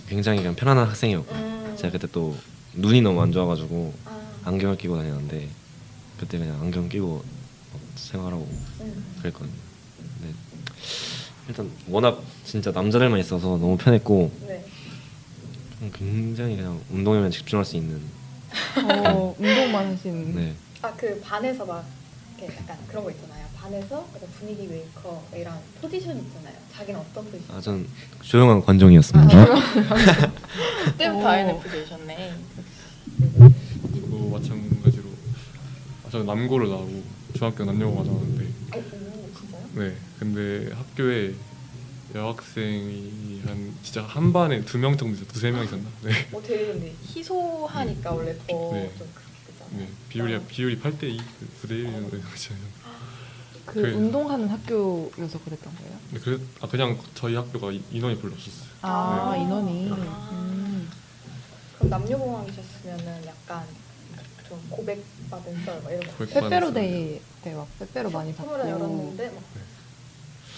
S4: 굉장히 그냥 편안한 학생이었고
S1: 음.
S4: 제가 그때 또 눈이 너무 안 좋아가지고
S1: 아,
S4: 안경을 끼고 다녔는데 그때 그냥 안경 끼고 생활하고
S1: 음.
S4: 그랬거든요. 근데 일단 워낙 진짜 남자들만 있어서 너무 편했고
S1: 네.
S4: 굉장히 그냥 운동에만 집중할 수 있는
S2: 어, 운동만 하신.
S4: 네
S1: 아 그 반에서 막 이렇게 약간 그런 거 있잖아요. 반에서 약간 분위기 메이커 이런 포지션 있잖아요. 자기는 어떤 포지션?
S4: 아 전 조용한 관종이었습니다.
S1: 그때부터
S2: 오.
S1: INFJ셨네.
S3: 저도 마찬가지로 아, 저는 남고를 나오고 중학교 남녀공학 나왔는데
S1: 오, 오, 진짜요?
S3: 네 근데 학교에 여학생이 한 진짜 한 반에 두 명 정도 있었 두세 명 있었나 네,
S1: 뭐 되게 근데 희소하니까
S4: 음.
S1: 원래
S3: 네.
S1: 더좀 그렇겠잖아요.
S3: 네. 비율이 비율이 8대 2 9대 1이었어요
S2: 그
S3: 그-
S2: 운동하는 학교여서 그랬던 거예요?
S3: 근데 그, 아, 그냥 저희 학교가 이- 인원이 별로 없었어요
S2: 아,
S1: 네.
S2: 인원이.
S1: 아.
S2: 음.
S1: 그럼 남녀공학이셨으면은 약간 좀 고백받은 썰, 막 이런 거.
S3: 고백
S2: 빼빼로 데이 때막 빼빼로 많이 받고
S1: 선물을 열었는데 뭐. 막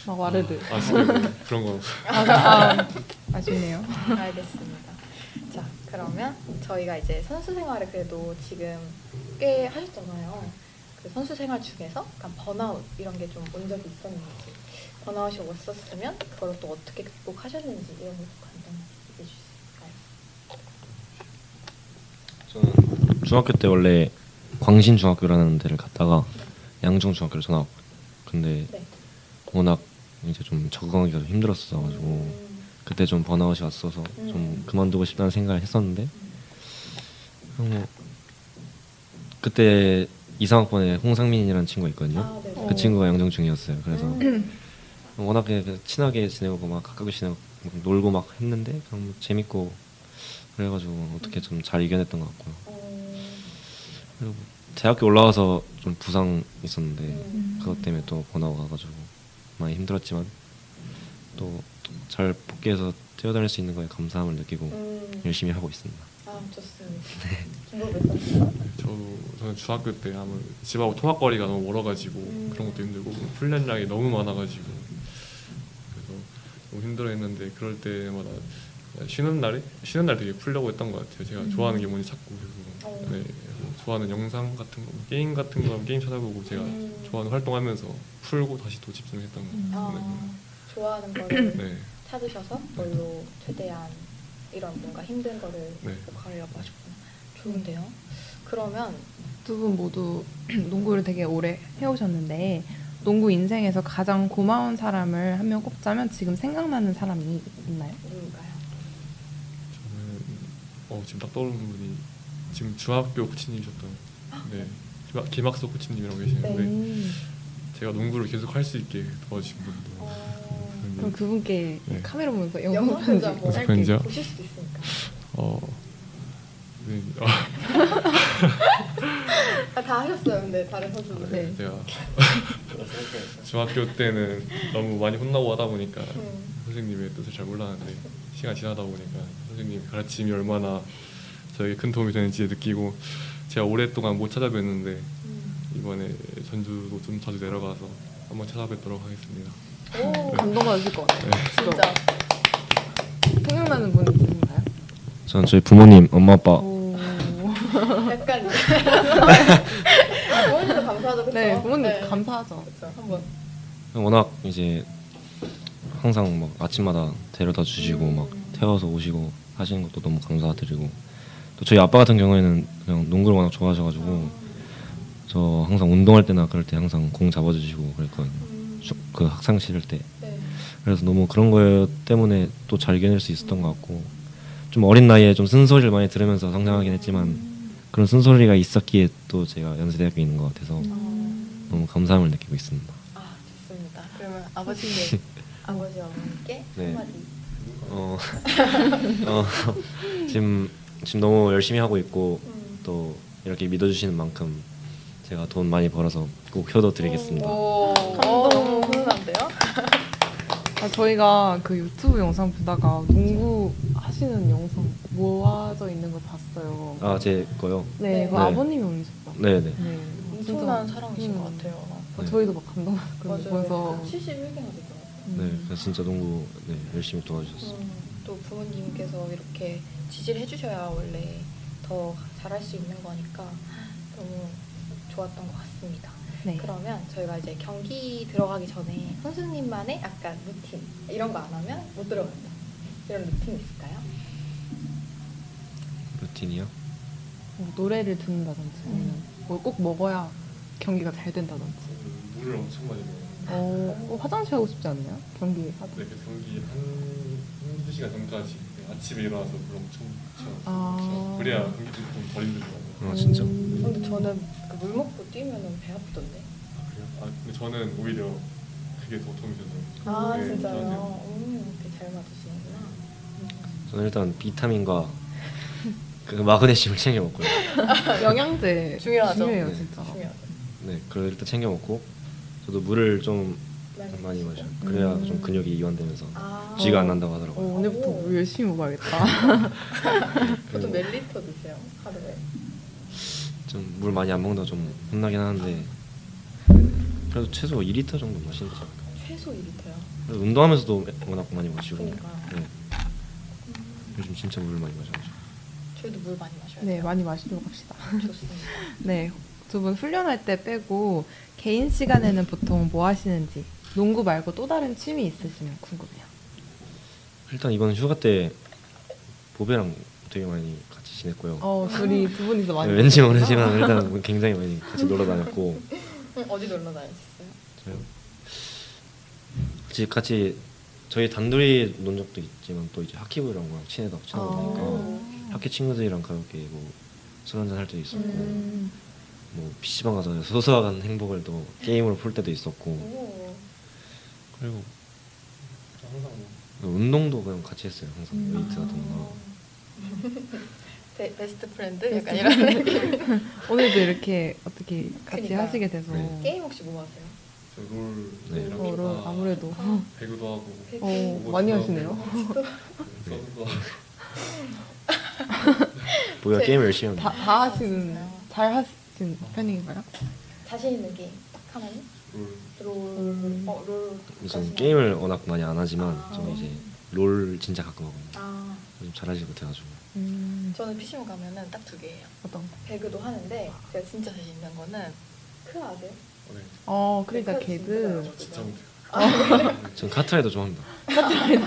S2: 막 와르르.
S3: 아, 아 진짜 그런 거
S2: 아, 아쉽네요.
S1: 알겠습니다. 자, 그러면 저희가 이제 선수 생활을 그래도 지금 꽤 하셨잖아요. 그 선수 생활 중에서 약간 번아웃 이런 게 좀 온 적이 있었는지, 번아웃이 왔었으면 그걸 또 어떻게 극복하셨는지 이런 것도 간단히 얘기해 주실까요?
S7: 저는
S4: 중학교 때 원래 광신 중학교라는 데를 갔다가 양중 중학교로 전학. 왔고 근데
S1: 네.
S4: 워낙 이제 좀 적응하기가 좀 힘들었어 가지고
S1: 음,
S4: 그때 좀 번아웃이 왔어서 좀
S1: 음.
S4: 그만두고 싶다는 생각을 했었는데 음, 그때 이상학번에 홍상민이라는 친구가 있거든요.
S1: 아, 네.
S4: 그
S2: 어.
S4: 친구가 양정 중이었어요. 그래서
S1: 음,
S4: 워낙에 그 친하게 지내고 막 가깝게 지내고 막 놀고 막 했는데 그냥 뭐 재밌고 그래가지고 어떻게 좀 잘 이겨냈던 것 같고요.
S1: 어,
S4: 그리고 대학교 올라와서 좀 부상 있었는데
S1: 음.
S4: 그것 때문에 또 번아웃 가가지고 많이 힘들었지만 또 잘 복귀해서 뛰어다닐 수 있는 거에 감사함을 느끼고
S1: 음.
S4: 열심히 하고 있습니다.
S1: 아, 좋습니다. 김보배
S3: 음.
S1: 선수.
S3: 저도 저는 중학교 때 아무 집하고 통학거리가 너무 멀어가지고
S1: 음.
S3: 그런 것도 힘들고 훈련량이 너무 많아가지고 그래서 너무 힘들어했는데 그럴 때마다 쉬는 날에 쉬는 날 되게 풀려고 했던 것 같아요.
S2: 음.
S3: 제가 좋아하는 게 뭔지 찾고
S1: 어.
S3: 그리고 네, 좋아하는 영상 같은 거, 뭐 게임 같은 거 하면 게임 찾아보고 제가
S1: 음.
S3: 좋아하는 활동하면서 풀고 다시 또 집중했던 것 같아요.
S1: 아,
S2: 음.
S1: 좋아하는 거를
S3: 네,
S1: 찾으셔서 뭘로 최대한 이런 뭔가 힘든 거를
S3: 네.
S1: 가려고 하셨구나. 좋은데요. 그러면
S2: 두 분 모두 농구를 되게 오래 해오셨는데 농구 인생에서 가장 고마운 사람을 한 명 꼽자면 지금 생각나는 사람이 있나요?
S1: 누굴까요?
S3: 저는 어, 지금 딱 떠오르는 분이 지금 중학교 코치님이셨던 네 김학- 김학석 코치님이라고 계시는데.
S2: 음,
S3: 제가 농구를 계속 할 수 있게 도와주신 분도
S1: 어,
S2: 그럼 그분께
S3: 네.
S2: 카메라 보면서 영상
S1: 영상 편지
S2: 편지.
S1: 한번
S3: 무슨
S1: 짧게
S3: 편지요?
S1: 보실 수도 있으니까.
S3: 어 네, 어,
S1: 아, 다 하셨어요, 근데 다른 선수들.
S2: 네.
S3: 제가
S7: 그거 생각해요.
S3: 중학교 때는 너무 많이 혼나고 하다 보니까
S2: 네.
S1: 음.
S3: 선생님의 뜻을 잘 몰랐는데 시간 지나다 보니까 선생님 가르침이 얼마나 저에게 큰 도움이 되는지 느끼고 제가 오랫동안 못 찾아뵀는데
S1: 음.
S3: 이번에 전주도 좀 자주 내려가서 한번 찾아뵙도록 하겠습니다. 네.
S1: 오,
S2: 감동받으실 것 같아요.
S1: 진짜.
S2: 생각나는 분 있으신가요?
S4: 저는 저희 부모님, 엄마, 아빠
S1: 어.
S2: 오.
S1: 약간 부모님도 네. 감사하죠, 그렇죠?
S2: 네, 부모님 감사하죠.
S1: 그렇죠. 한번.
S4: 워낙 이제 항상 막 아침마다 데려다 주시고 막 태워서 오시고 하시는 것도 너무 감사드리고 또 저희 아빠 같은 경우에는 그냥 농구를 워낙 좋아하셔가지고 저 항상 운동할 때나 그럴 때 항상 공 잡아주시고 그랬거든요
S1: 음,
S4: 쭉 그 학창 시절 때
S1: 네.
S4: 그래서 너무 그런 거 때문에 또 잘 이겨낼 수 있었던 것 같고 좀 어린 나이에 좀 쓴소리를 많이 들으면서 성장하긴 했지만 그런 쓴소리가 있었기에 또 제가 연세대학교에 있는 것 같아서
S1: 어,
S4: 너무 감사함을 느끼고 있습니다
S1: 아, 좋습니다. 음. 그러면 아버지께, 아버지 어머니께
S4: 네.
S1: 한마디.
S4: 어, 어 지금 지금 너무 열심히 하고 있고
S1: 음.
S4: 또 이렇게 믿어주시는 만큼 제가 돈 많이 벌어서 꼭 효도 드리겠습니다.
S1: 오,
S2: 감동.
S1: 너무 훈훈한데요?
S2: 아, 저희가 그 유튜브 영상 보다가 농구 하시는 영상 모아져 있는 걸 봤어요.
S4: 아 제 거요.
S2: 네,
S1: 네.
S2: 그거
S4: 네.
S2: 아버님이 올리셨다.
S4: 네네.
S2: 네,
S1: 엄청난
S2: 진짜.
S1: 사랑이신
S2: 음.
S1: 것 같아요.
S2: 어, 저희도 막 감동받고 보면서.
S1: 71개나 되더라고요.
S4: 네,
S2: 음.
S4: 그래서 진짜 농구 네, 열심히 도와주셨어요.
S1: 음, 또 부모님께서 이렇게 지지를 해주셔야 원래 더 잘할 수 있는 거니까 너무 좋았던 것 같습니다.
S2: 네.
S1: 그러면 저희가 이제 경기 들어가기 전에 선수님만의 약간 루틴 이런 거 안 하면 못 들어간다. 이런 루틴 있을까요?
S4: 루틴이요?
S2: 뭐 노래를 듣는다든지 아니면 뭘 꼭 먹어야 경기가 잘 된다던지.
S3: 물을 엄청 많이 먹어요.
S2: 어, 어, 화장실 가고 싶지 않나요? 경기 하도.
S3: 근데 그 경기 한두 시간 전까지 아침에 일어나서 물 엄청 채워.
S2: 아. 음.
S3: 아... 그래야 경기 좀덜 힘들더라고요.
S4: 아 진짜?
S1: 근데 저는 그물 먹고 뛰면은 배 아프던데.
S3: 아, 그래요? 아 근데 저는 오히려 그게 더 도움이 되더라고요.
S1: 아
S3: 네,
S1: 진짜요?
S3: 저는-
S1: 음, 이렇게 잘 맞으시는구나.
S4: 저는 일단 비타민과 그 마그네슘을 챙겨 먹고요.
S2: 영양제
S1: 중요하죠.
S2: 중요해요,
S4: 네.
S2: 진짜.
S1: 중요하죠.
S4: 네, 그걸 일단 챙겨 먹고 저도 물을 좀 많이 마셔요. 그래야
S2: 음.
S4: 좀 근육이 이완되면서
S1: 아.
S4: 쥐가 안 난다고 하더라고요.
S2: 어, 오, 오늘부터
S1: 오.
S2: 물 열심히 먹어야겠다.
S4: 음.
S1: 보통 몇 리터 드세요? 하루에?
S4: 좀 물 많이 안 먹는다 좀 혼나긴 하는데 그래도 최소 2리터 정도 마시는 것 같아요.
S1: 최소 2리터요.
S4: 그래서 운동하면서도 워낙 많이 마시고
S1: 그러니까.
S4: 네. 요즘 진짜 물을 많이 마셔가지고
S1: 저희도 물 많이 마셔야
S2: 네,
S1: 돼요.
S2: 많이 마시도록 합시다.
S1: 좋습니다.
S2: 네, 두 분 훈련할 때 빼고 개인 시간에는 보통 뭐 하시는지 농구 말고 또 다른 취미 있으시면 궁금해요.
S4: 일단 이번 휴가 때 보배랑 되게 많이 같이 지냈고요.
S2: 어, 둘이 두 분이서 많이.
S4: 네, 왠지 모르지만 일단 굉장히 많이 같이 놀러 다녔고
S1: 음, 어디 놀러 다니셨어요?
S4: 저요? 같이 같이 저희 단둘이 논 적도 있지만 또 이제 학기부랑 거랑 친해다 친하다 보니까
S1: 어.
S4: 학교 친구들이랑 가볍게 뭐술 한잔 할 때도 있었고
S1: 음.
S4: 뭐 PC방 가서 소소한 행복을 또 게임으로 풀 때도 있었고
S1: 오.
S4: 그리고
S3: 항상 뭐
S4: 운동도 그냥 같이 했어요 항상
S2: 음.
S4: 웨이트 같은 거
S1: 데, 베스트 프렌드? 약간 이런 느낌.
S2: 오늘도 이렇게 어떻게 같이
S1: 그러니까요.
S2: 하시게 돼서
S4: 네.
S1: 게임 혹시 뭐 하세요?
S3: 저롤
S4: 네.
S2: 저를
S3: 다
S2: 아무래도
S3: 배구도 하고
S1: 배구.
S2: 어,
S3: 오버도
S2: 많이
S3: 하고,
S2: 하시네요.
S3: 서브도 하고
S4: 뭐야
S1: 아. 제-
S4: 게임 열심히 합니다
S2: 다, 다 하시는
S1: 진짜요?
S2: 잘 하시는 편인가요? 가신
S1: 자신 있는 게임 딱 하나요?
S3: 롤
S1: 롤. 어, 롤.
S4: 우선
S1: 하시나요?
S4: 게임을 워낙 많이 안 하지만
S1: 아.
S4: 저는 이제 롤 진짜 가끔 하거든요
S1: 아,
S4: 좀 잘하지 못해가지고
S2: 음,
S1: 저는 PC방 가면은 딱 두 개예요.
S2: 어떤? 거?
S1: 배그도 하는데 제가 진짜 자신 있는 거는 크 아세요?
S3: 네
S2: 어, 그러니까
S1: 네,
S2: 걔들.
S1: 진짜.
S3: 진짜 못해요
S2: 아, 네.
S4: 전 카트라이더 좋아합니다
S1: 아,
S2: 네.
S1: 니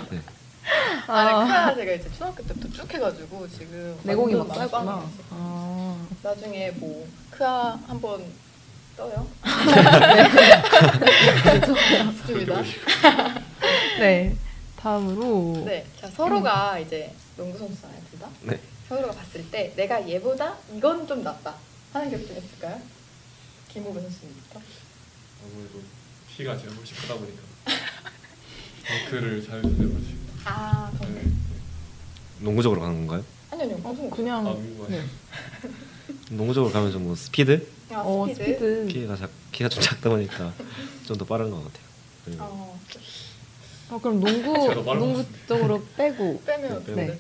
S1: 크아 제가 이제 초등학교 때부터 쭉 해가지고 지금
S2: 내공이 막
S1: 완전
S2: 짧구나.
S1: 막방이에요.
S2: 아,
S1: 나중에 뭐 크아 한번 떠요? 좋습니다.
S2: 네. 다음으로
S1: 네, 자 서로가 이제 농구 선수잖아요, 둘 다.
S4: 네.
S1: 서로가 봤을 때 내가 얘보다 이건 좀 낫다 하는 게좀 있을까요? 김우배 선수님부터.
S3: 아무래도 키가 제가 훨씬 크다 보니까 덩크를 잘 조절하시고
S1: 아,
S3: 네,
S1: 그럼.
S3: 네.
S4: 농구적으로 가는 건가요?
S1: 아니요, 아니요.
S2: 어,
S1: 무슨
S3: 아
S2: 그냥
S3: 농구
S2: 네.
S4: 농구적으로 가면서 뭐 스피드?
S1: 아,
S2: 어,
S1: 스피드.
S2: 스피드.
S4: 키가 작, 키가 좀 작다 보니까 좀 더 빠른 것 같아요 그리고
S1: 어,
S2: 어, 그럼 농구
S3: 아, 제가 말을
S2: 농구
S3: 못했는데.
S2: 쪽으로 빼고
S1: 빼면 어떻게
S4: 네.
S1: 되지?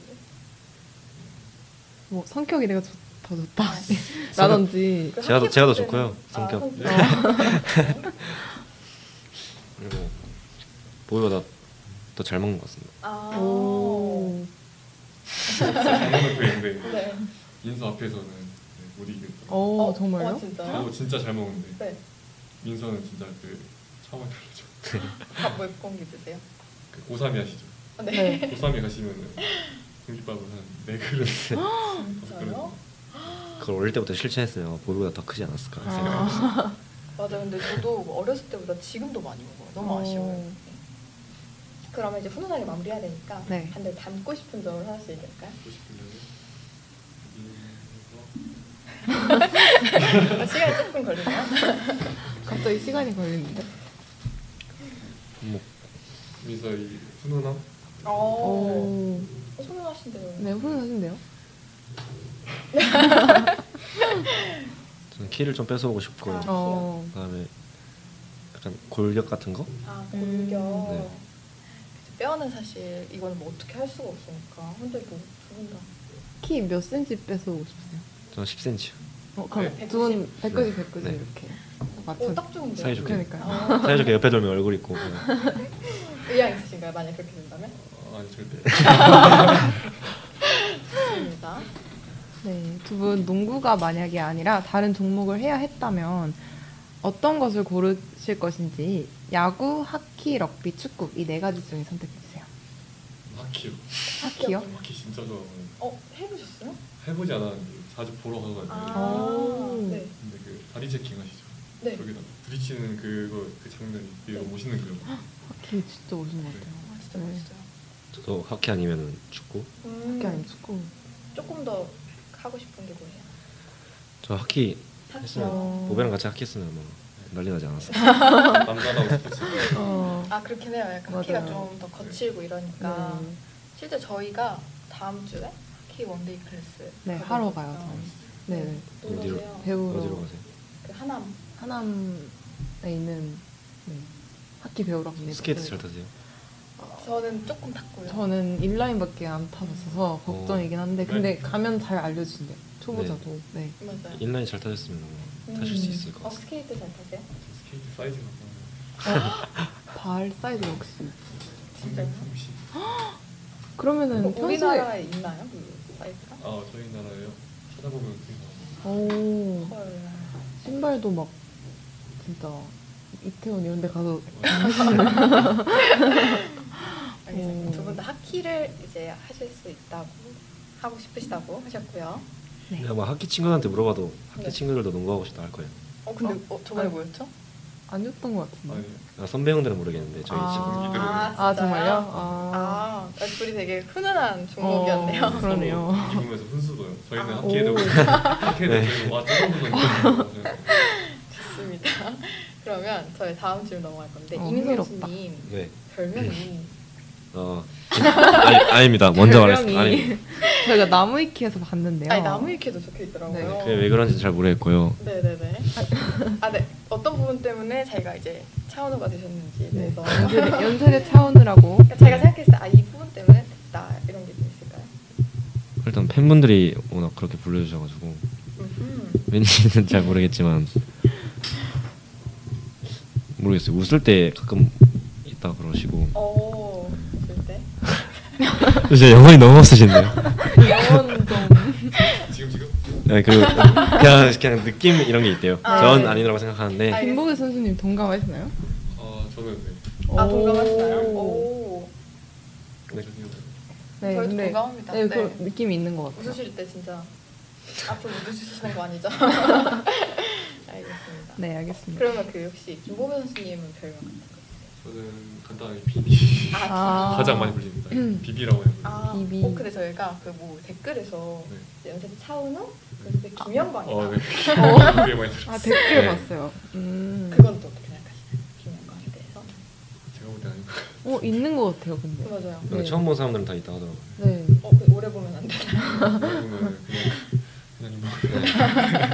S2: 뭐 성격이 내가 좋- 더 좋다
S1: 아,
S2: 라든지
S1: 그
S4: 제가 더-
S1: 학교
S4: 제가 더
S1: 때는-
S4: 좋고요,
S1: 아,
S4: 성격.
S1: 성격.
S4: 그리고 보이보다 더 잘 먹는 것 같습니다
S1: 아.
S2: 오.
S3: 네, 잘먹는 편인데
S1: 네.
S3: 민수 앞에서는 네, 못 이기겠다 어.
S2: 어, 정말요?
S1: 어, 진짜요?
S3: 저도 진짜 잘 먹는데
S1: 네.
S3: 민서는 진짜 그 차원이 다르죠
S1: 네. 밥몇 공기 드세요?
S3: 그 고삼이 아시죠?
S1: 아,
S2: 네.
S3: 고삼이 가시면은 공깃밥을 한네 그릇
S2: 아,
S3: 다섯 그릇
S1: 진짜요?
S4: 그걸 어릴 때부터 실천했어요 보이보다 더 크지 않았을까 생각합니다
S2: 아,
S1: 맞아. 근데 저도 어렸을 때보다 지금도 많이 먹어요. 너무
S2: 어.
S1: 아쉬워요. 그러면 이제 훈훈하게 마무리해야 되니까
S2: 네.
S1: 다들 담고 싶은 점을 하나씩 얘기할까요? 음,
S3: 먹고 싶으면 민서
S1: 아, 시간이 조금 걸리나요?
S2: 갑자기 시간이 걸리는데.
S4: 뭐
S3: 미사의 훈훈함?
S1: 어. 오.
S2: 오.
S1: 훈훈하신 대로.
S2: 어. 네, 훈훈하신데요?
S4: 저는 키를 좀 뺏어오고 싶고요
S1: 아.
S2: 어.
S4: 그다음에 약간 골격 같은 거?
S1: 아,
S2: 음.
S1: 골격.
S4: 네.
S1: 뼈는 사실 이거는 뭐 어떻게 할 수가 없으니까. 근데 뭐두분 다.
S2: 키 몇 cm 빼서 싶으세요?
S4: 저는 10cm
S2: 어, 그럼
S1: 네,
S2: 두분 190, 190
S4: 네.
S2: 이렇게 맞춰.
S1: 오, 어, 딱 좋은데요?
S4: 사이좋게.
S2: 네, 그러니까요.
S1: 아,
S4: 사이좋게 옆에 돌면 얼굴 있고 네. 그냥
S1: 의향 있으신가요? 만약 그렇게 된다면?
S3: 아, 아니 절대
S1: 좋습니다.
S2: 네, 두 분 농구가 만약에 아니라 다른 종목을 해야 했다면 어떤 것을 고르실 것인지 야구, 하키, 럭비, 축구 이 네 가지 중에 선택해 주세요.
S3: 하키요
S2: 하키요?
S3: 하키 진짜 좋아하거든요
S1: 어, 해보셨어요?
S3: 해보지 않았는데 자주 보러 가거든요
S1: 아,
S2: 오.
S1: 네.
S3: 근데 그 다리 체킹 하시죠?
S1: 네.
S3: 저기다 부딪히는 그거 그 장면 되게 멋있는 그거.
S2: 하키 진짜 멋있는 것 같아요. 네.
S1: 아, 진짜 멋있어요.
S4: 저도 하키 아니면 축구.
S1: 음,
S2: 하키 아니면 축구.
S1: 조금 더 하고 싶은 게 뭐예요?
S4: 저 하키 했으면
S2: 어.
S4: 보배랑 같이 하키 했으면 뭐 난리 나지 않았어요.
S3: 남자다운 스포츠.
S2: 어.
S1: 아 그렇긴 해요. 약간
S2: 맞아요.
S1: 키가 좀 더 거칠고 이러니까
S2: 네.
S1: 실제 저데이 다음 주에 키 원데이 클래스
S2: 네,
S1: 가고
S2: 하러
S1: 있거든요.
S2: 가요. 저희. 네,
S1: 또
S4: 어디로?
S1: 가세요?
S2: 배우로
S4: 어디로 가세요?
S1: 그 하남
S2: 하남에 있는 네, 하키 배우러 갑니다.
S4: 스케이트 잘 타세요?
S1: 저는 조금 탔고요.
S2: 저는 인라인밖에 안 타봤어서 걱정이긴 한데 근데 가면 잘 알려주신대요. 초보자도. 네.
S1: 맞아요.
S4: 인라인 잘 타셨으면 뭐 타실 수
S2: 음.
S4: 있을 것
S1: 어
S4: 같아요.
S1: 스케이트 잘 타세요?
S3: 스케이트 사이즈가
S2: 어? 발 사이즈 역시.
S1: 진짜요?
S3: 330.
S2: 그러면은
S1: 뭐
S2: 음, 평소에
S1: 음, 우리나라에 있나요? 그 사이즈가?
S3: 아 저희 나라에요. 찾아보면 그게 나와요.
S2: 오
S1: 헐.
S2: 신발도 막 진짜 이태원 이런 데 가서 오. 음.
S1: 알겠습니다. 두 분 다 하키를 이제 하실 수 있다고 하고 싶으시다고 하셨고요.
S4: 그냥 뭐 하키 친구들한테 물어봐도 하키
S1: 네.
S4: 친구들도 농구하고 싶다 할 거예요.
S1: 어 근데 어, 저번에
S2: 아니.
S1: 뭐였죠?
S2: 안 줬던 것 같은데.
S3: 아니,
S4: 아, 선배 형들은 모르겠는데 저희
S2: 아.
S4: 친구.
S1: 아,
S2: 아,
S1: 진짜요?
S2: 정말요?
S1: 아 둘이 되게 훈훈한
S2: 어,
S1: 종목이었네요.
S2: 그러네요.
S3: 이분에서 훈수도요. 저희는
S1: 아,
S3: 학기에도
S2: 오.
S3: 학기에도 저희는 와 저런 네. 분은
S1: 좋습니다. 그러면 저희 다음 질문 넘어갈 건데
S2: 어,
S1: 이민석
S2: 흥미롭다.
S1: 님
S4: 네.
S1: 별명이
S4: 어. 그 아니, 아닙니다. 먼저 말했어요. 아니,
S2: 별명이 저희가 나무위키에서 봤는데요.
S1: 아니 나무 위키에도 적혀
S2: 네,
S1: 있더라고요.
S4: 그게 왜 그런지 잘 모르겠고요.
S1: 네, 네, 네. 아, 네. 어떤 부분 때문에 자기가 이제 차은우가 되셨는지에
S2: 네.
S1: 대해서
S2: 연세대, 연세대 차원이라고.
S1: 그러니까 자기가 생각했을 때 아, 이 부분 때문에 됐다. 이런 게 좀 있을까요?
S4: 일단 팬분들이 워낙 그렇게 불러주셔가지고
S1: 음.
S4: 왠지는 잘 모르겠지만 모르겠어요. 웃을 때 가끔 있다 그러시고
S1: 어. 오. 웃을 때.
S4: 이제 영혼이 너무 없으신데요.
S2: 영혼 좀.
S3: 지금 지금
S4: 네, 그 그냥 그냥 느낌 이런 게 있대요.
S1: 아,
S4: 전
S1: 네.
S4: 아니라고 생각하는데
S1: 아,
S2: 김보규 선수님 동감하시나요?
S3: 아 저는 네.
S1: 아, 동감하시나요?
S2: 오.
S1: 오.
S3: 네. 저는
S2: 네,
S1: 저희도
S2: 근데
S1: 동감합니다.
S2: 네,
S1: 네.
S2: 그 느낌이 있는 것 같아요.
S1: 웃으실 때 진짜 앞으로 웃으시는 거 아니죠? 알겠습니다.
S2: 네, 알겠습니다.
S1: 그러면 그 혹시 김보배 선수님은 별명 같은 거 있어요?
S3: 저는 간단하게 비비
S1: 아,
S2: 아.
S3: 가장 많이 불립니다. 비비라고 해요.
S1: 아,
S2: 비비.
S1: 어, 근데 저희가 그 뭐 댓글에서
S3: 네.
S1: 연세 차은우 그때 김영광이다.
S3: 어, 네. 되게 많이 들어.
S2: 아, 댓글
S4: 네.
S2: 봤어요. 음.
S1: 그건 또 어떻게 생각하시나요? 김영광에 대해서? 어,
S3: 제가 볼때 아닌 것 같아요.
S2: 어, 있는 것 같아요, 근데.
S1: 맞아요.
S4: 여기 처음 본 사람들은 다 있다 하더라고요.
S2: 네.
S1: 어, 그 오래 보면 안 되나?
S3: 그냥 그냥 이만.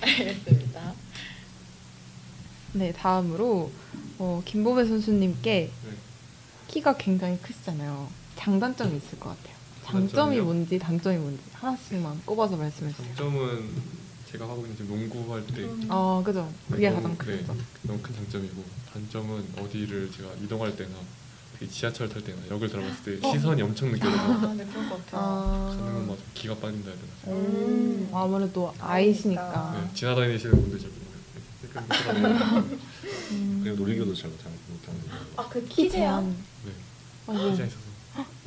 S1: 알겠습니다.
S2: 네, 다음으로 어, 김보배 선수님께
S3: 네.
S2: 키가 굉장히 크시잖아요. 장단점이 있을 것 같아요. 장점이
S3: 장단점이요?
S2: 뭔지 단점이 뭔지 하나씩만 꼽아서 말씀해 주세요.
S3: 장점은 제가 하고 있는 지금 농구할 때
S2: 어, 그죠. 그게
S3: 너무-
S2: 가장
S3: 네,
S2: 크죠.
S3: 너무 큰 장점이고 단점은 어디를 제가 이동할 때나 특히 지하철 탈 때나 역을 들어갔을 때
S1: 어.
S3: 시선이 엄청 느껴져서
S1: 아, 네, 그럴 것 같아요.
S3: 가는 건
S2: 아,
S3: 막 기가 빠진다 해야 되나.
S2: 음, 아무래도 아이시니까. 그러니까. 아,
S1: 아.
S3: 네, 지나다니시는 분들 잘 네, 모르겠어요.
S4: 그리고 놀이기구도 잘 못하- 못하는 거.
S1: 아, 그 키 제한?
S3: 네,
S2: 아, 뭐,
S3: 진짜 있어서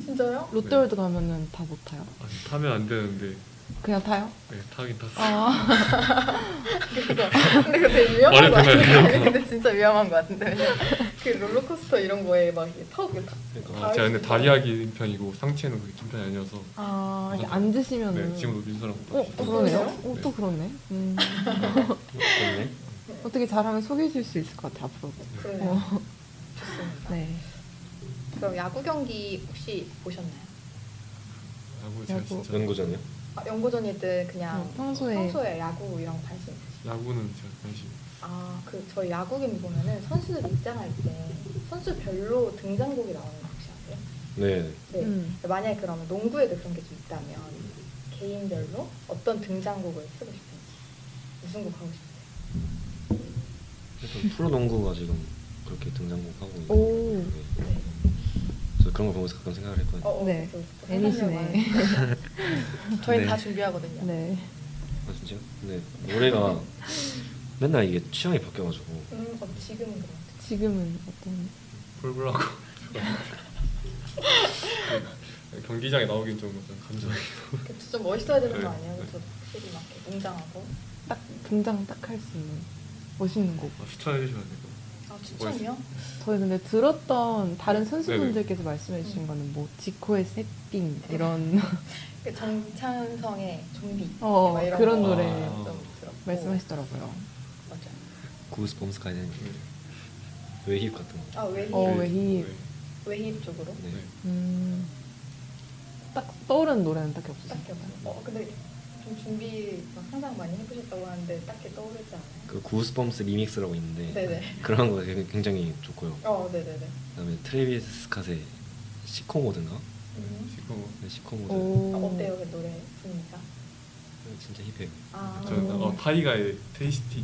S1: 진짜요?
S2: 롯데월드 가면은 다 못 타요.
S3: 아, 타면 안 되는데
S2: 그냥 타요?
S3: 네, 타긴 탔어요.
S2: 아,
S1: 네, 그래서 근데 근데 위험한
S3: 말이
S1: 거
S3: 되나요?
S1: 같은데 근데 진짜 위험한 거 같은데 왜냐면 그 롤러코스터 이런 거에 막 이렇게 턱 이렇게 탁-
S3: 아, 제가 근데 다리하기 편이고 상체는 그렇게 긴 편이 아니어서
S2: 아 이게
S3: 맞아.
S2: 앉으시면은.
S3: 네, 지금도 민서랑 못
S2: 음. 어,
S3: 봤어요.
S2: 그러네요.
S3: 네.
S2: 어, 또 그렇네. 음.
S4: 좋네.
S2: 어떻게 잘하면 소개해 줄 수 있을 것 같아, 앞으로.
S1: 그러네요.
S2: 어.
S1: 좋습니다.
S2: 네.
S1: 그럼 야구 경기 혹시 보셨나요?
S3: 야구 제가
S2: 야구.
S7: 어,
S3: 진짜
S4: 연구전이요?
S1: 아, 연고전일 때 그냥
S2: 음, 평소에-
S1: 어, 평소에 야구 이런 거 관심 있으세요?
S3: 야구는 제가 관심.
S1: 아, 그 저희 야구 경기 보면은 선수들 입장할 때 선수별로 등장곡이 나오는 거 혹시 아세요?
S4: 네.
S1: 네.
S2: 음.
S1: 만약에 그러면 농구에도 그런 게 좀 있다면 개인별로 어떤 등장곡을 쓰고 싶은지 무슨 곡 하고 싶으세요?
S4: 일단 프로농구가 지금 그렇게 등장곡 하고 있는
S2: 오.
S4: 것
S7: 네.
S4: 같은데 저 그런 걸 보면서 가끔 생각을 했거든요.
S1: 네. 어, 어,
S2: 네.
S1: 그- 그
S2: 애니시네.
S1: 저희
S4: 네.
S1: 는다 준비하거든요.
S2: 네.
S4: 아 진짜? 근데
S7: 네.
S4: 노래가 맨날 이게 취향이 바뀌어가지고
S1: 음, 어, 지금은 그런 것
S2: 지금은 어떤.
S3: 폴블라고 경기장에 나오긴 좀 약간 감정이
S1: 같아요. 그쵸, 좀 멋있어야 되는 거
S3: 네,
S1: 아니에요?
S3: 네.
S1: 그쵸? 확실히 막 이렇게 웅장하고.
S2: 딱 등장 딱 할 수 있는. 멋있는 곡.
S3: 추천해 주시면 안 될까요?
S1: 아, 추천이요?
S2: 저희 근데 들었던 다른 선수분들께서 말씀해
S1: 음.
S2: 주신 거는 뭐 지코의 새삥 이런
S1: 그 정찬성의 좀비
S2: 어,
S1: 막 이런
S2: 그런
S1: 거
S2: 노래
S1: 좀 들었고
S2: 말씀하시더라고요.
S1: 맞아요.
S7: 구스범스 가야 되는 외힙 같은 거.
S1: 아 외힙
S2: 어, 웨힙.
S1: 외힙 쪽으로
S7: 네.
S2: 음, 딱 떠오르는 노래는 딱히 없었어요.
S1: 딱히 없어요. 어 근데 좀 준비 막 항상 많이 해보셨다고 하는데 딱히 떠오르지 않아요.
S7: 그 구스범스 리믹스라고 있는데
S1: 네네.
S7: 그런 거 되게 굉장히 좋고요.
S1: 어 네네네.
S7: 그다음에 트레비스 스캇의 시코모드인가?
S1: 음.
S3: 지금 뭐
S7: 네, 시코모드.
S1: 아,
S2: 오.
S1: 어때요 그 노래 분위기가?
S7: 진짜 힙해요.
S1: 아.
S3: 저는 어, 타이가의 테이스티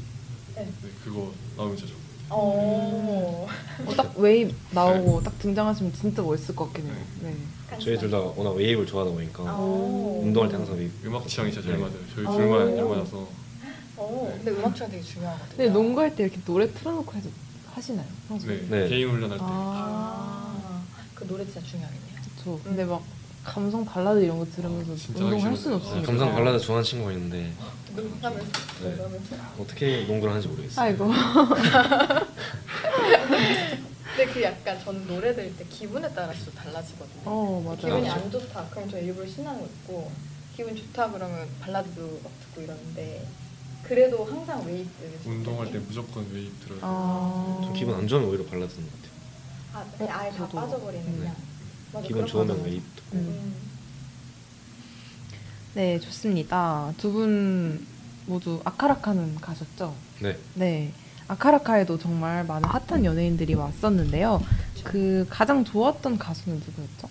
S1: 네.
S3: 네, 그거 나오면 진짜 좋고
S1: 어.
S2: 어, 딱 웨이 나오고 딱 등장하시면 진짜 멋있을 것 같긴 해요. 네.
S7: 저희 둘 다 워낙 웨이브를 좋아하다 보니까
S1: 어.
S7: 운동할 때 항상 웨이브.
S3: 음악 취향이 진짜 잘
S7: 네.
S3: 맞아요. 저희
S1: 어.
S3: 둘만 잘 맞아서
S1: 어. 근데 음악 취향 되게 중요하거든요.
S2: 근데 농구할 때 이렇게 노래 틀어놓고 해서 하시나요? 평소에?
S3: 네,
S7: 네.
S3: 개인 훈련할 때
S2: 아,
S1: 아. 그 노래 진짜 중요하겠네요.
S2: 그쵸. 근데 막 감성 발라드 이런 거 들으면서
S3: 아, 진짜
S2: 운동할
S3: 하기
S2: 순
S3: 싫어요.
S2: 없으니까.
S7: 네. 감상 발라드 좋아하는 친구가 있는데
S1: 농하면서
S7: 네.
S1: 농하면서.
S7: 어떻게 농구를 하는지 모르겠어요.
S2: 아이고.
S1: 근데 그 약간 저는 노래 들을 때 기분에 따라서 달라지거든요.
S2: 어, 맞아요.
S1: 기분이
S7: 맞아.
S1: 안 좋다 그럼 저 일부러 신나는 거 듣고 기분 좋다 그러면 발라드도 막 듣고 이러는데 그래도 항상 웨이브
S3: 운동할 때 무조건 웨이브 들어요.
S2: 아.
S7: 좀 기분 안 좋으면 오히려 발라드 듣는 것 같아요.
S1: 아, 그냥 아예 다
S2: 저도.
S1: 빠져버리는
S7: 네.
S1: 그냥 맞아,
S7: 기분
S1: 그런
S7: 좋으면
S1: 거는.
S7: 웨이브 듣고
S2: 음.
S1: 음.
S2: 네, 좋습니다. 두 분 모두 아카라카는 가셨죠?
S7: 네.
S2: 네. 아카라카에도 정말 많은 핫한 연예인들이 왔었는데요. 그 가장 좋았던 가수는 누구였죠?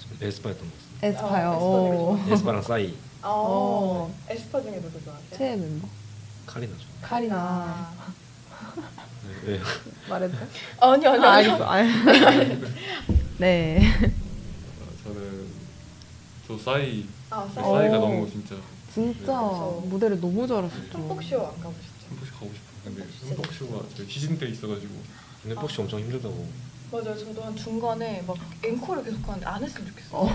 S7: 좀 에스파였던 것 같아요.
S2: 에스파요.
S1: 아, 에스파 되게
S2: 오.
S1: 좋아하죠.
S7: 에스파랑 싸이,
S1: 아,
S2: 어.
S1: 에스파 중에 누구 좋아하세요?
S2: 최애 멤버?
S7: 카리나죠.
S2: 카리나.
S1: 아.
S7: 네, 네.
S2: 말해도 돼?
S1: 아니요 아니요
S2: 아,
S1: 아니요
S2: 알겠어. 아, 네.
S3: 아, 저는 저 싸이
S1: 아 싸이
S3: 싸이가
S2: 오.
S3: 너무 진짜 한
S2: 진짜
S1: 그쵸.
S2: 무대를 너무 잘하셨죠.
S1: 톰복쇼 안 가보셨죠?
S3: 번씩 가고 싶어요. 근데
S1: 진짜
S3: 순복쇼가 저희 시즌 때 있어가지고
S7: 근데 혹시 엄청 힘들다고.
S1: 맞아요 저도 한 중간에 막 앵콜을 계속 하는데 안 했으면 좋겠어요
S2: 어.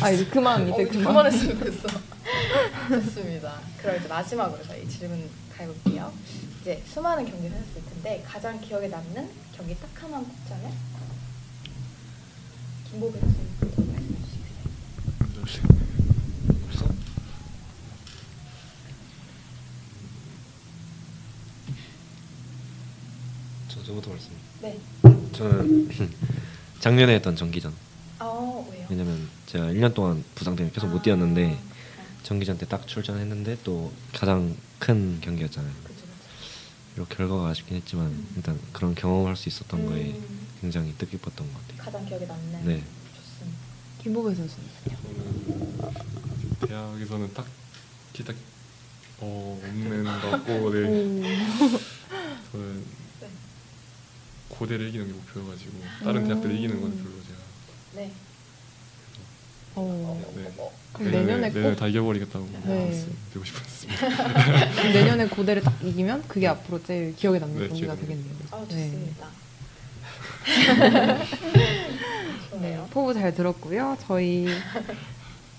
S2: 아, 이제 그만,
S1: 어,
S2: 이제
S1: 이제
S2: 그만.
S1: 그만했으면 좋겠어. 좋습니다. 그럼 이제 마지막으로 저희 질문 가볼게요. 이제 수많은 경기를 하셨을 텐데 가장 기억에 남는 경기 딱 하나만 꼽자면 김보배 선수님 말씀해 주시겠어요?
S7: 없어? 저 저부터 말씀.
S1: 네.
S7: 저는 작년에 했던 정기전.
S1: 어 왜요?
S7: 왜냐면 제가 1년 동안 부상 때문에 계속 못 뛰었는데
S1: 아,
S7: 정기전 때 딱 출전했는데 또 가장 큰 경기였잖아요.
S1: 그죠
S7: 비록 결과가 아쉽긴 했지만
S1: 음.
S7: 일단 그런 경험을 할 수 있었던 거에
S1: 음,
S7: 굉장히 뜻깊었던 것 같아요.
S1: 가장 기억에 남는.
S7: 네.
S1: 좋습니다.
S2: 김보배 선수는요?
S3: 저는 대학에서는 딱히 딱 어, 없는 것 같고 네.
S2: 음.
S3: 저는
S1: 네.
S3: 고대를 이기는 게 목표여가지고
S2: 음.
S3: 다른 대학들 이기는 건 별로 제가
S1: 네.
S2: 어,
S3: 네.
S2: 그럼 내년에 꼭
S3: 내년에 다 이겨버리겠다고
S2: 네.
S3: 되고 싶었습니다.
S2: 그럼 내년에 고대를 딱 이기면 그게 앞으로 제일 기억에 남는
S3: 네,
S2: 경기가
S3: 기억에
S2: 되겠네요.
S1: 아
S2: 네.
S1: 좋습니다.
S2: 네,
S1: 좋네요.
S2: 포부 잘 들었고요. 저희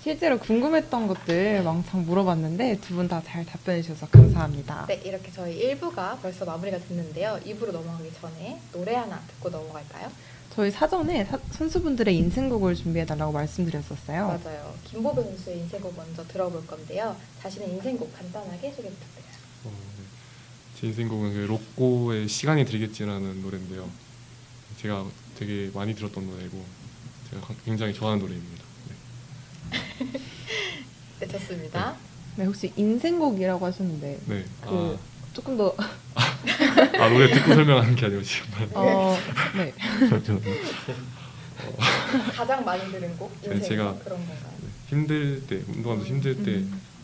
S2: 실제로 궁금했던 것들 왕창 물어봤는데 두 분 다 잘 답변해 주셔서 감사합니다.
S1: 네, 이렇게 저희 1부가 벌써 마무리가 됐는데요. 2부로 넘어가기 전에 노래 하나 듣고 넘어갈까요?
S2: 저희 사전에 사- 선수분들의 인생곡을 준비해 달라고 말씀드렸었어요.
S1: 맞아요. 김보배 선수의 인생곡 먼저 들어볼 건데요. 자신의 인생곡 간단하게 소개 부탁드려요.
S3: 어, 네. 제 인생곡은 그 로꼬의 시간이 들겠지라는 노래인데요. 제가 되게 많이 들었던 노래고 제가 굉장히 좋아하는 노래입니다. 네.
S1: 네, 좋습니다.
S2: 네, 혹시 인생곡이라고 하셨는데
S3: 네.
S2: 그- 조금 더
S3: 아, 아 노래 듣고 설명하는 게 아니고 지금
S2: 어, 네.
S1: 가장 많이 들은 곡?
S3: 네,
S1: 인생
S3: 제가-
S1: 곡 그런 건가요?
S3: 힘들 때 운동하면서 힘들 때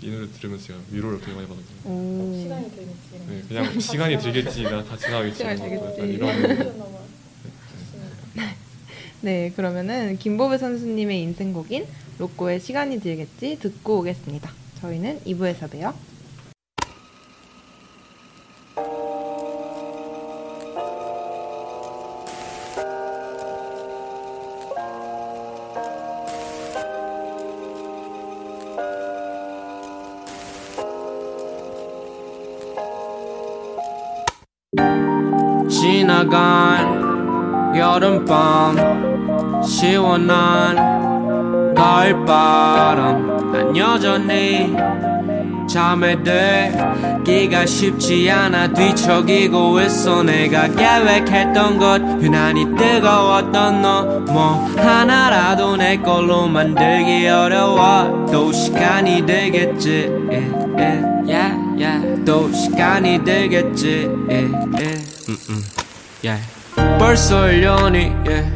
S3: 이
S2: 음.
S3: 노래 들으면서 제가 위로를 되게 많이 받았거든요.
S2: 오.
S1: 시간이 들겠지.
S3: 음.
S1: 어,
S3: 네, 그냥 시간이 들겠지, 나 다 지나가겠지,
S2: 시간이
S3: 뭐
S2: 들겠지.
S3: 약간 이런
S2: 네, 그러면은 김보배 선수님의 인생곡인 로꼬의 시간이 들겠지 듣고 오겠습니다. 저희는 2부에서 봬요.
S8: 지나간 여름밤 시원한 가을바람 난 여전히 잠에 들기가 쉽지 않아 뒤척이고 있어 내가 계획했던 것 유난히 뜨거웠던 너 뭐 하나라도 내 걸로 만들기 어려워 또 시간이 들겠지 예, 예. Yeah, yeah. 또 시간이 들겠지 예, 예. 음, 음. Yeah. 벌써 1년이 yeah.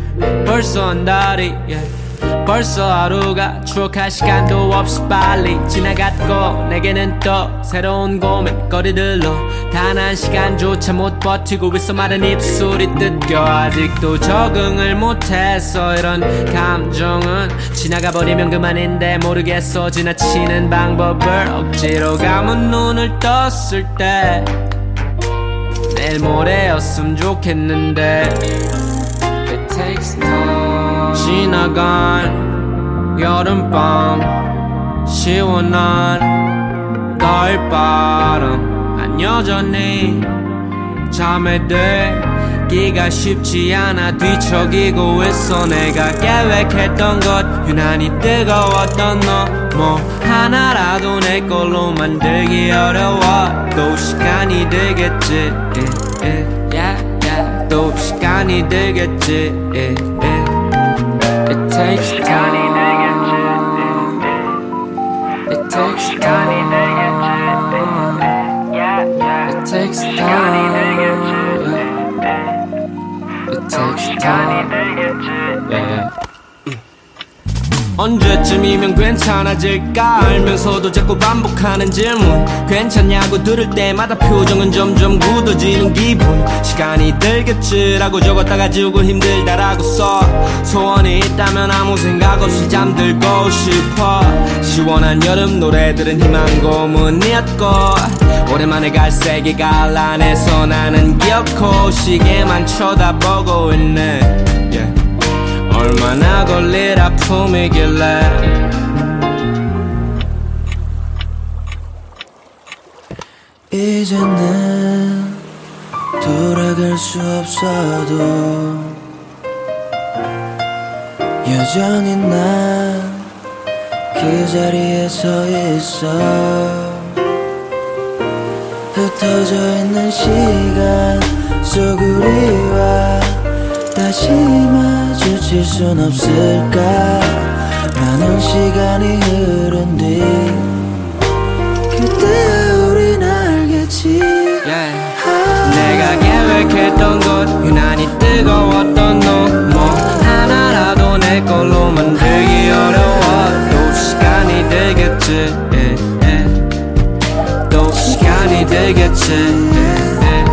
S8: 벌써 한 달이 yeah. 벌써 하루가 추억할 시간도 없이 빨리 지나갔고 내게는 또 새로운 고민거리들로 단 한 시간조차 못 버티고 있어 마른 입술이 뜯겨 아직도 적응을 못했어 이런 감정은 지나가버리면 그만인데 모르겠어 지나치는 방법을 억지로 감은 눈을 떴을 때 내일 모레였으면 좋겠는데 It takes time 지나간 여름밤 시원한 가을바람 난 여전히 잠에 들기가 쉽지 않아 뒤척이고 있어 내가 계획했던 것 유난히 뜨거웠던 너 뭐 하나라도 내 걸로 만들기 어려워 또 시간이 들겠지 예, 예. 또 시간이 들겠지 예, 예. It takes time It takes time It takes time It takes time yeah. 언제쯤이면 괜찮아질까 알면서도 자꾸 반복하는 질문 괜찮냐고 들을 때마다 표정은 점점 굳어지는 기분 시간이 들겠지라고 적었다가 지우고 힘들다라고 써 소원이 있다면 아무 생각 없이 잠들고 싶어 시원한 여름 노래들은 희망 고문이었고 오랜만에 갈색이 갈란해서 나는 기어코 시계만 쳐다보고 있네 yeah. 얼마나 걸릴 아픔이길래 이제는 돌아갈 수 없어도 여전히 난 그 자리에 서 있어 흩어져 있는 시간 속 우리와 다시 마주칠 순 없을까 많은 시간이 흐른 뒤 그때 우린 알겠지 내가 계획했던 것 유난히 뜨거웠던 너 뭐 하나라도 내 걸로 만들기 어려워 또 시간이 들겠지 예, 예. 또 시간이 들겠지 예, 예.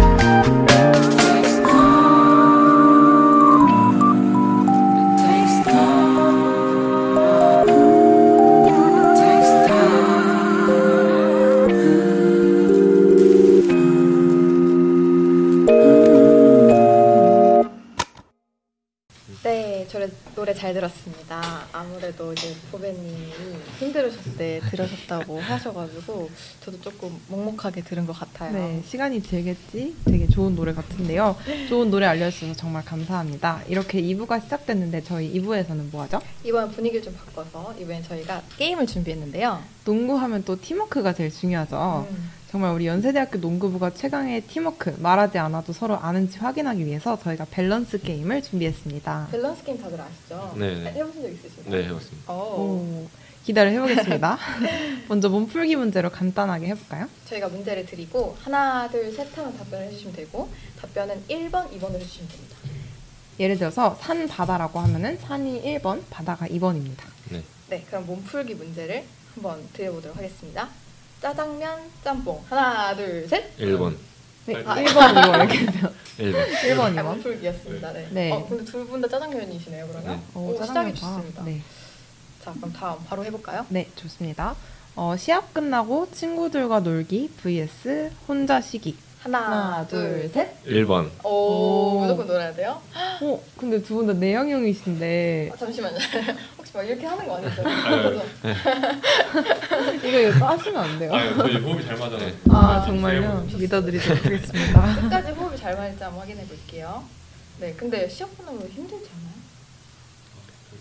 S1: 네, 저 노래 잘 들었습니다. 아무래도 이제 보배님이 힘들으셨을 때 들으셨다고 하셔가지고 저도 조금 먹먹하게 들은 것 같아요.
S2: 네, 시간이 들겠지? 되게 좋은 노래 같은데요. 좋은 노래 알려주셔서 정말 감사합니다. 이렇게 2부가 시작됐는데 저희 2부에서는 뭐 하죠?
S1: 이번 분위기를 좀 바꿔서 이번엔 저희가 게임을 준비했는데요.
S2: 농구하면 또 팀워크가 제일 중요하죠.
S1: 음,
S2: 정말 우리 연세대학교 농구부가 최강의 팀워크, 말하지 않아도 서로 아는지 확인하기 위해서 저희가 밸런스 게임을 준비했습니다.
S1: 밸런스 게임 다들 아시죠?
S7: 네, 네.
S1: 해보신 적 있으신가요?
S7: 네 해봤습니다.
S1: 어,
S2: 오, 기다려 해보겠습니다. 먼저 몸풀기 문제로 간단하게 해볼까요?
S1: 저희가 문제를 드리고 하나, 둘, 셋 하면 답변을 해주시면 되고 답변은 1번, 2번으로 해주시면 됩니다.
S2: 예를 들어서 산 바다라고 하면은 산이 1번, 바다가 2번입니다.
S1: 네, 그럼 몸풀기 문제를 한번 드려보도록 하겠습니다. 짜장면, 짬뽕. 하나, 둘, 셋.
S7: 1번.
S2: 네,
S3: 아,
S2: 1번, 2번 이렇게 돼요.
S7: 1번.
S2: 1번,
S1: 아,
S2: 2번.
S1: 몸풀기였습니다. 네.
S2: 네.
S1: 어, 근데 둘 분 다 짜장면이시네요, 그러면.
S7: 네.
S1: 오, 시작이 좋습니다.
S2: 어, 네.
S1: 자, 그럼 다음 바로 해볼까요?
S2: 네, 좋습니다. 어, 시합 끝나고 친구들과 놀기 vs 혼자 쉬기.
S1: 하나, 둘, 셋.
S7: 1번.
S1: 오,
S2: 오.
S1: 무조건 놀아야 돼요?
S2: 어, 근데 두 분 다 내향형이신데
S1: 아, 잠시만요. 혹시 막 이렇게 하는 거 아니죠?
S3: 아유.
S2: 이거 이거 빠시면 안 돼요?
S3: 아, 저희 호흡이 잘 맞아요. 네,
S2: 아 정말요? 믿어드리도록 하겠습니다.
S1: 끝까지 호흡이 잘 맞을지 한번 확인해 볼게요. 네, 근데 시험 보는 거 힘들지 않아요?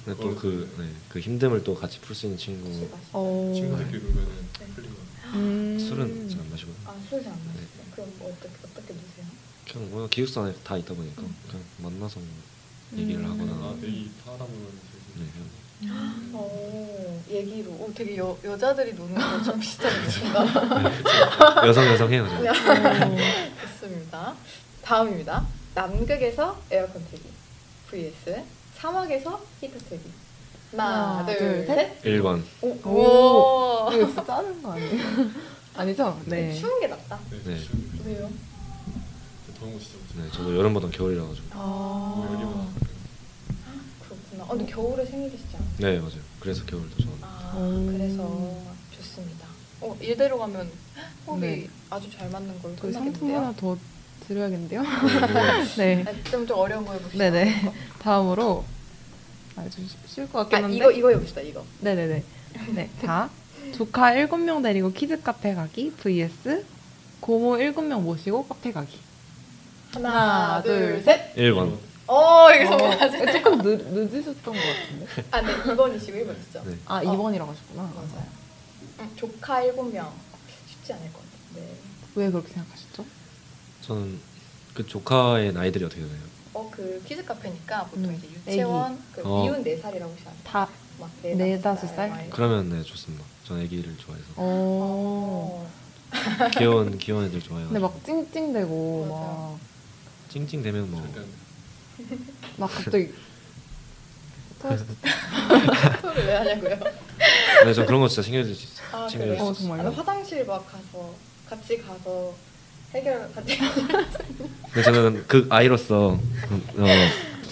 S7: 근데 또그 네, 그 힘듦을 또 같이 풀 수 있는 친구.
S1: 혹시 마시-
S2: 어,
S3: 친구들끼리 놀면은
S2: 네.
S3: 풀리는 거.
S2: 음.
S7: 술은 잘 안 마시고.
S1: 아, 술이 안 마시죠? 그럼 뭐 어떻게, 어떻게 드세요?
S7: 그냥 워낙 기숙사 안에 다 있다 보니까 그냥 만나서 뭐
S1: 음.
S7: 얘기를 하거나.
S3: 아, 내이 하다 보면
S7: 네, 그냥
S2: 음.
S1: 오, 어, 얘기로. 오, 되게 여, 여자들이 노는 거좀 비슷하게 드신다.
S7: 여성 여성 해요. 그냥.
S1: 좋습니다. 다음입니다. 남극에서 에어컨 틀기 vs 사막에서 히터 틀기. 하나,
S2: 하나,
S1: 둘,
S2: 둘,
S1: 셋.
S7: 1번.
S1: 오.
S2: 오.
S1: 오.
S2: 이거 진짜 짜는 거 아니에요? 아니죠? 네.
S1: 추운 게 낫다.
S3: 되게
S7: 네.
S3: 추운데.
S1: 왜요?
S3: 더운 거 진짜 무서워.
S7: 네, 저도 여름보단 겨울이라 가지고.
S1: 아,
S3: 열이 많아.
S1: 그렇구나. 아, 근데 겨울에 생일이시지 않아요?
S7: 네, 맞아요. 그래서 겨울도 저는.
S1: 아,
S2: 오.
S1: 그래서 좋습니다. 음. 어, 이대로 가면 호흡이
S2: 네.
S1: 아주 잘 맞는 걸로
S2: 그 상품
S1: 끝나겠는데요?
S2: 하나 더 드려야겠는데요?
S7: 네,
S2: 네.
S1: 아, 좀, 좀 어려운 거 해봅시다.
S2: 네네. 다음으로 아주 쉬울 것
S1: 아,
S2: 같긴 한데.
S1: 이거, 이거 해봅시다, 이거.
S2: 네네네. 네. 자, 조카 7명 데리고 키즈 카페 가기 vs 고모 7명 모시고 카페 가기.
S1: 하나,
S2: 하나,
S1: 둘,
S2: 둘,
S1: 셋.
S7: 1번.
S1: 어, 이거
S2: 어,
S1: 정말.
S2: 조금 늦, 늦으셨던 것 같은데.
S1: 아, 네, 2번이시고 1번이시죠?
S7: 네.
S2: 아, 2번이라고 하셨구나.
S1: 맞아요. 음, 조카 7명. 쉽지 않을 것 네. 같은데.
S2: 왜 그렇게 생각하셨죠?
S7: 저는 그 조카의 나이들이 어떻게 되나요?
S1: 어, 그 키즈 카페니까 보통
S2: 음,
S1: 이제 유치원, 그
S7: 어.
S1: 미운 4살이라고 혹시 아세요?
S2: 다.
S1: 막
S2: 네, 어.
S1: 다섯
S2: 다섯 살?
S1: 막 이런.
S7: 그러면 네, 좋습니다. 전 아기를 좋아해서.
S2: 오.
S1: 어.
S7: 귀여운 귀여운 애들 좋아해요.
S2: 근데 막 찡찡대고
S1: 맞아요.
S7: 찡찡 대면 뭐
S3: 절대 안 돼.
S2: 막, 막 갑자기
S1: 토를 왜 하냐고요?
S7: 네, 저 그런 거 진짜 챙겨줄 수 있어요.
S1: 아,
S7: 챙겨줄
S1: 그래요?
S7: 수
S2: 어
S7: 있어요. 네,
S1: 아, 나
S2: 정말요?
S1: 화장실 막 가서 같이 가서 해결 같이
S7: 근데 저는 그 아이로서 어,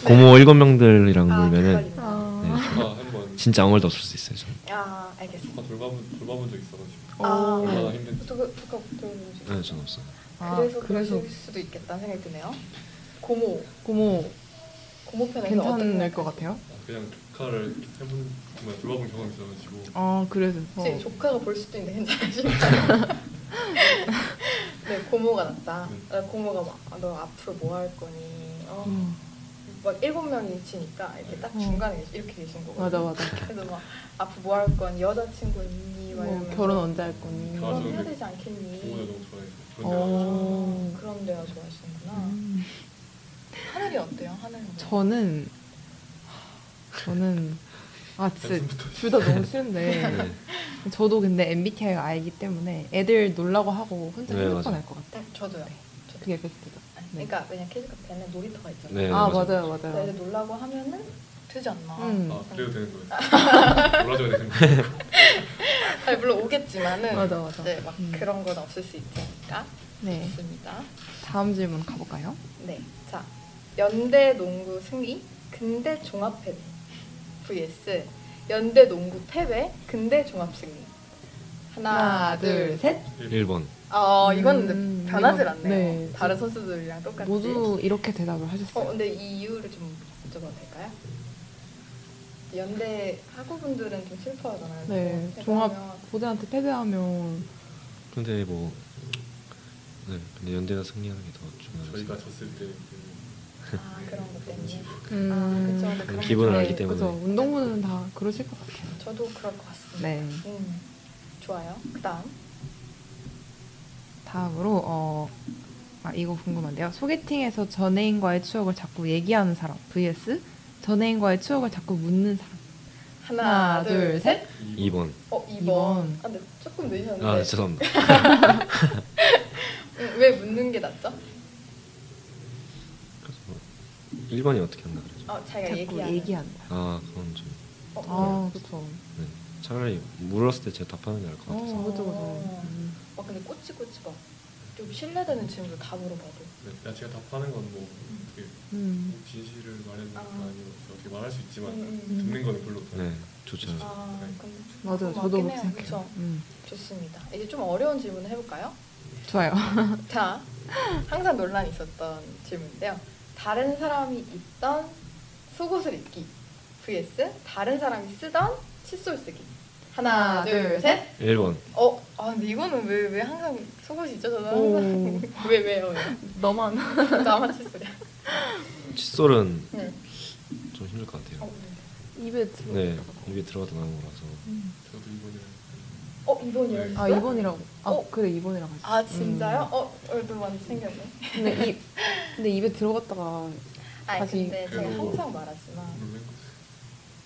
S7: 고모 일곱 명들이랑 놀면은
S1: 아,
S7: 네,
S2: 아.
S3: 아, 한번
S7: 진짜 아무 말도 없을 수 있어요. 저는.
S1: 아 알겠습니다.
S3: 아, 돌봐본 돌봐본 적 있어가지고
S1: 아,
S3: 얼마나 힘든지.
S1: 두가 두가 돌는지.
S7: 네, 저는 없어요.
S2: 아,
S1: 그래서
S2: 그래서
S1: 그러실 수도 있겠다는 생각이 드네요. 고모
S2: 고모 네,
S1: 고모 편에서
S2: 괜찮을 것 같아요.
S3: 아, 그냥 조카를 해본 정말 돌아본 경험이 있어가지고
S2: 아 그래서
S1: 혹시 조카가 볼 수도 있는데 괜찮으실까요? 네 고모가 낫다.
S3: 음.
S1: 아, 고모가 막 너 앞으로 뭐 할 거니? 어,
S2: 음,
S1: 막 일곱 명이 치니까 이렇게 딱
S2: 음.
S1: 중간에 이렇게 계신 거거든요.
S2: 맞아 맞아.
S1: 그래서 막 앞으로 뭐 할 건 여자친구 있니? 막
S2: 뭐,
S1: 이러면서
S2: 결혼 언제 할 거니?
S3: 아,
S1: 결혼해야
S3: 저는
S1: 되지
S3: 부모들
S1: 않겠니?
S3: 너무 좋아해서 그런 데가 좋아요.
S2: 어.
S1: 그런 데가 좋아하시는구나.
S2: 음.
S1: 하늘이 어때요? 하늘은 뭐?
S2: 저는 저는 아 진짜
S3: 단순부터
S2: 둘 다 너무 싫은데
S7: 네.
S2: 저도 근데 MBTI가 I이기 때문에 애들 놀라고 하고 혼자
S7: 네,
S2: 핸드폰
S7: 맞아요.
S2: 할 것 같아요.
S1: 딱 저도요. 저도.
S2: 그게 베스트죠.
S1: 아니,
S2: 네.
S1: 그러니까 왜냐 키즈 카페는 놀이터가 있잖아요.
S7: 네,
S2: 아
S7: 맞아요.
S2: 맞아요
S1: 그래서
S2: 맞아요.
S1: 애들 놀라고 하면은 되지 않나.
S2: 음.
S3: 아 그래도 되는 거였어. 놀아줘야 되는 거.
S1: 아니, 물론 오겠지만은
S2: 맞아, 맞아.
S1: 네, 막
S2: 음.
S1: 그런 건 없을 수 있지 않을까
S2: 네
S1: 싶습니다.
S2: 다음 질문 가볼까요?
S1: 네, 자 연대 농구 승리, 근대 종합 패배 vs 연대 농구 패배, 근대 종합 승리. 하나,
S2: 하나,
S1: 둘,
S2: 둘,
S1: 셋.
S7: 1번.
S1: 어, 이건
S2: 음,
S1: 근데 변하질
S2: 이건-
S1: 않네요.
S2: 네.
S1: 다른 선수들이랑 똑같이.
S2: 모두 이렇게 대답을
S1: 어,
S2: 하셨어요.
S1: 근데 이 이유를 좀 여쭤봐도 될까요? 연대 학우분들은 좀 슬퍼하잖아요.
S2: 네,
S1: 그거
S2: 종합
S1: 패배하면.
S2: 고대한테 패배하면
S7: 근데 뭐 네, 근데 연대가 승리하는 게 더 중요해요.
S3: 저희가 졌을 때 그,
S1: 아, 그런 것 때문에.
S2: 음,
S1: 아, 그쵸. 근데 그런
S7: 기분을
S1: 게-
S7: 알기 때문에.
S2: 그죠. 운동부는 다 그러실 것 같아요.
S1: 저도 그럴 것 같습니다.
S2: 네.
S1: 음, 좋아요. 그 다음.
S2: 다음으로 어, 아, 이거 궁금한데요. 소개팅에서 전애인과의 추억을 자꾸 얘기하는 사람 vs 전애인과의 추억을 자꾸 묻는 사람.
S1: 하나,
S2: 하나,
S1: 둘,
S2: 둘,
S1: 셋.
S7: 2번.
S1: 어, 2번.
S2: 이번.
S1: 아, 근데 조금 늦으셨는데.
S2: 네.
S7: 아, 죄송합니다.
S1: 음, 왜 묻는 게 낫죠?
S7: 그래서 뭐 1번이 어떻게 한다 그러죠?
S1: 어, 자기가
S2: 자꾸
S1: 얘기하는.
S2: 얘기하는 사람.
S7: 아, 그건 좀
S1: 어,
S2: 아, 그렇죠.
S7: 네. 차라리 물었을 때 제가 답하는 게 나을 것
S2: 어,
S7: 같아서.
S2: 그렇죠,
S1: 어.
S2: 그렇죠. 음.
S1: 막 근데 꼬치꼬치 막. 좀 신뢰되는 친구들 다 물어봐도.
S3: 네, 야 제가 답하는 건뭐 어떻게
S2: 음.
S3: 뭐 진실을 말하는 건
S1: 아.
S3: 아니고 어떻게 말할 수
S7: 뭐,
S3: 있지만
S1: 음,
S3: 듣는 거는 별로 없어요.
S7: 네, 좋죠.
S1: 아, 그럼
S2: 맞아요.
S1: 좀
S2: 저도
S1: 맞긴
S2: 그렇게
S1: 해요.
S2: 생각해요.
S1: 그쵸?
S2: 음.
S1: 좋습니다. 이제 좀 어려운 질문을 해볼까요?
S2: 좋아요.
S1: 자, 항상 논란이 있었던 질문인데요. 다른 사람이 입던 속옷을 입기 vs 다른 사람이 쓰던 칫솔 쓰기. 하나,
S2: 하나,
S1: 둘,
S2: 둘,
S1: 셋.
S7: 1번.
S1: 어, 아 근데 이거는 왜 왜 항상 속옷이 있죠? 저는
S2: 오.
S1: 항상 왜 왜요?
S2: 너만
S1: 나만 칫솔이야.
S7: 칫솔은
S1: 네.
S7: 좀 힘들 것 같아요.
S1: 어,
S2: 입에
S7: 네, 입에 들어가도 나온 거라서.
S2: 음.
S3: 저도 이번에
S1: 어 이번이요?
S2: 아 2번이라고 아
S1: 어?
S2: 그래 2번이라고 하지
S1: 아 진짜요? 어 얼굴 많이 생겼네.
S2: 근데 입 근데 입에 들어갔다가
S1: 아
S2: 다시-
S1: 근데 제가
S3: 그리고-
S1: 항상 말하지만
S3: 놀랬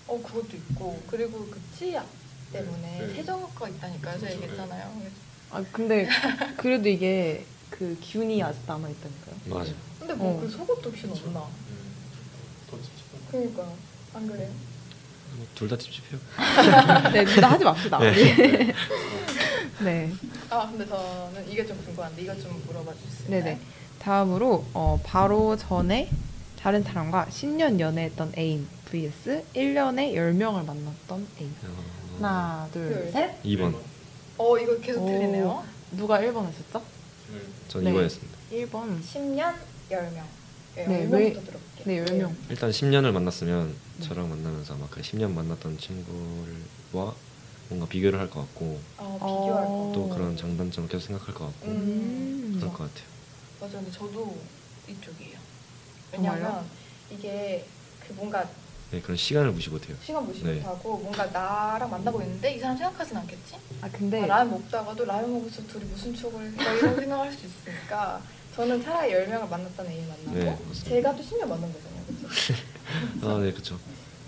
S1: 어 그것도 있고 그리고 그 치약 때문에
S3: 네.
S1: 세정과 있다니까요. 제가
S3: 그렇죠,
S1: 얘기했잖아요. 그래서
S2: 아 근데 그래도 이게 그 기운이 아직 남아 있다니까요.
S7: 맞아.
S1: 근데 뭐
S2: 어.
S1: 그 속옷도 혹시
S3: 그렇죠.
S1: 없나?
S3: 더 찝찝한
S1: 그러니까 안 그래요?
S7: 둘 다 찝찝해요.
S2: 네, 둘다 하지 맙시다. 네. 네.
S1: 아 근데 저는 이게 좀 궁금한데 이것 좀 물어봐 주세요.
S2: 네네. 다음으로 어, 바로 전에 다른 사람과 10년 연애했던 애인 vs 1년에 10명을 만났던 애인. 하나, 둘,
S1: 둘,
S2: 셋.
S7: 어, 2번.
S1: 어 이거 계속
S2: 오.
S1: 들리네요.
S2: 누가 1번 했었죠?
S3: 네.
S7: 전
S2: 네.
S7: 2번 했습니다.
S2: 1번.
S1: 10년 10명. 네,
S2: 네,
S1: 10명부터
S2: 왜-
S1: 들어볼게요.
S2: 네, 10명.
S7: 일단 10년을 만났으면 저랑 만나면서 아마 그 10년 만났던 친구와 뭔가 비교를 할 것 같고
S1: 어, 비교할
S2: 어.
S1: 거.
S7: 또 그런 장단점을 계속 생각할 것 같고
S1: 음.
S7: 그럴
S1: 그렇죠.
S7: 것 같아요.
S1: 맞아 근데 저도 이쪽이에요.
S2: 정말요?
S1: 왜냐면 이게 그 뭔가
S7: 네, 그런 시간을 무시 못해요.
S1: 시간 무시
S7: 네.
S1: 못하고 뭔가 나랑 만나고 있는데 이 사람 생각하진 않겠지?
S2: 아, 근데
S7: 네.
S1: 아, 라면 먹다가도 라면 먹어서 둘이 무슨 촉을 해 이런 생각할 수 있으니까 저는 차라리 10명을 만났다는 애인 만나고
S7: 네, 맞습니다.
S1: 제가 또 10년 만난 거잖아요 그렇죠?
S7: 아, 네, 그렇죠.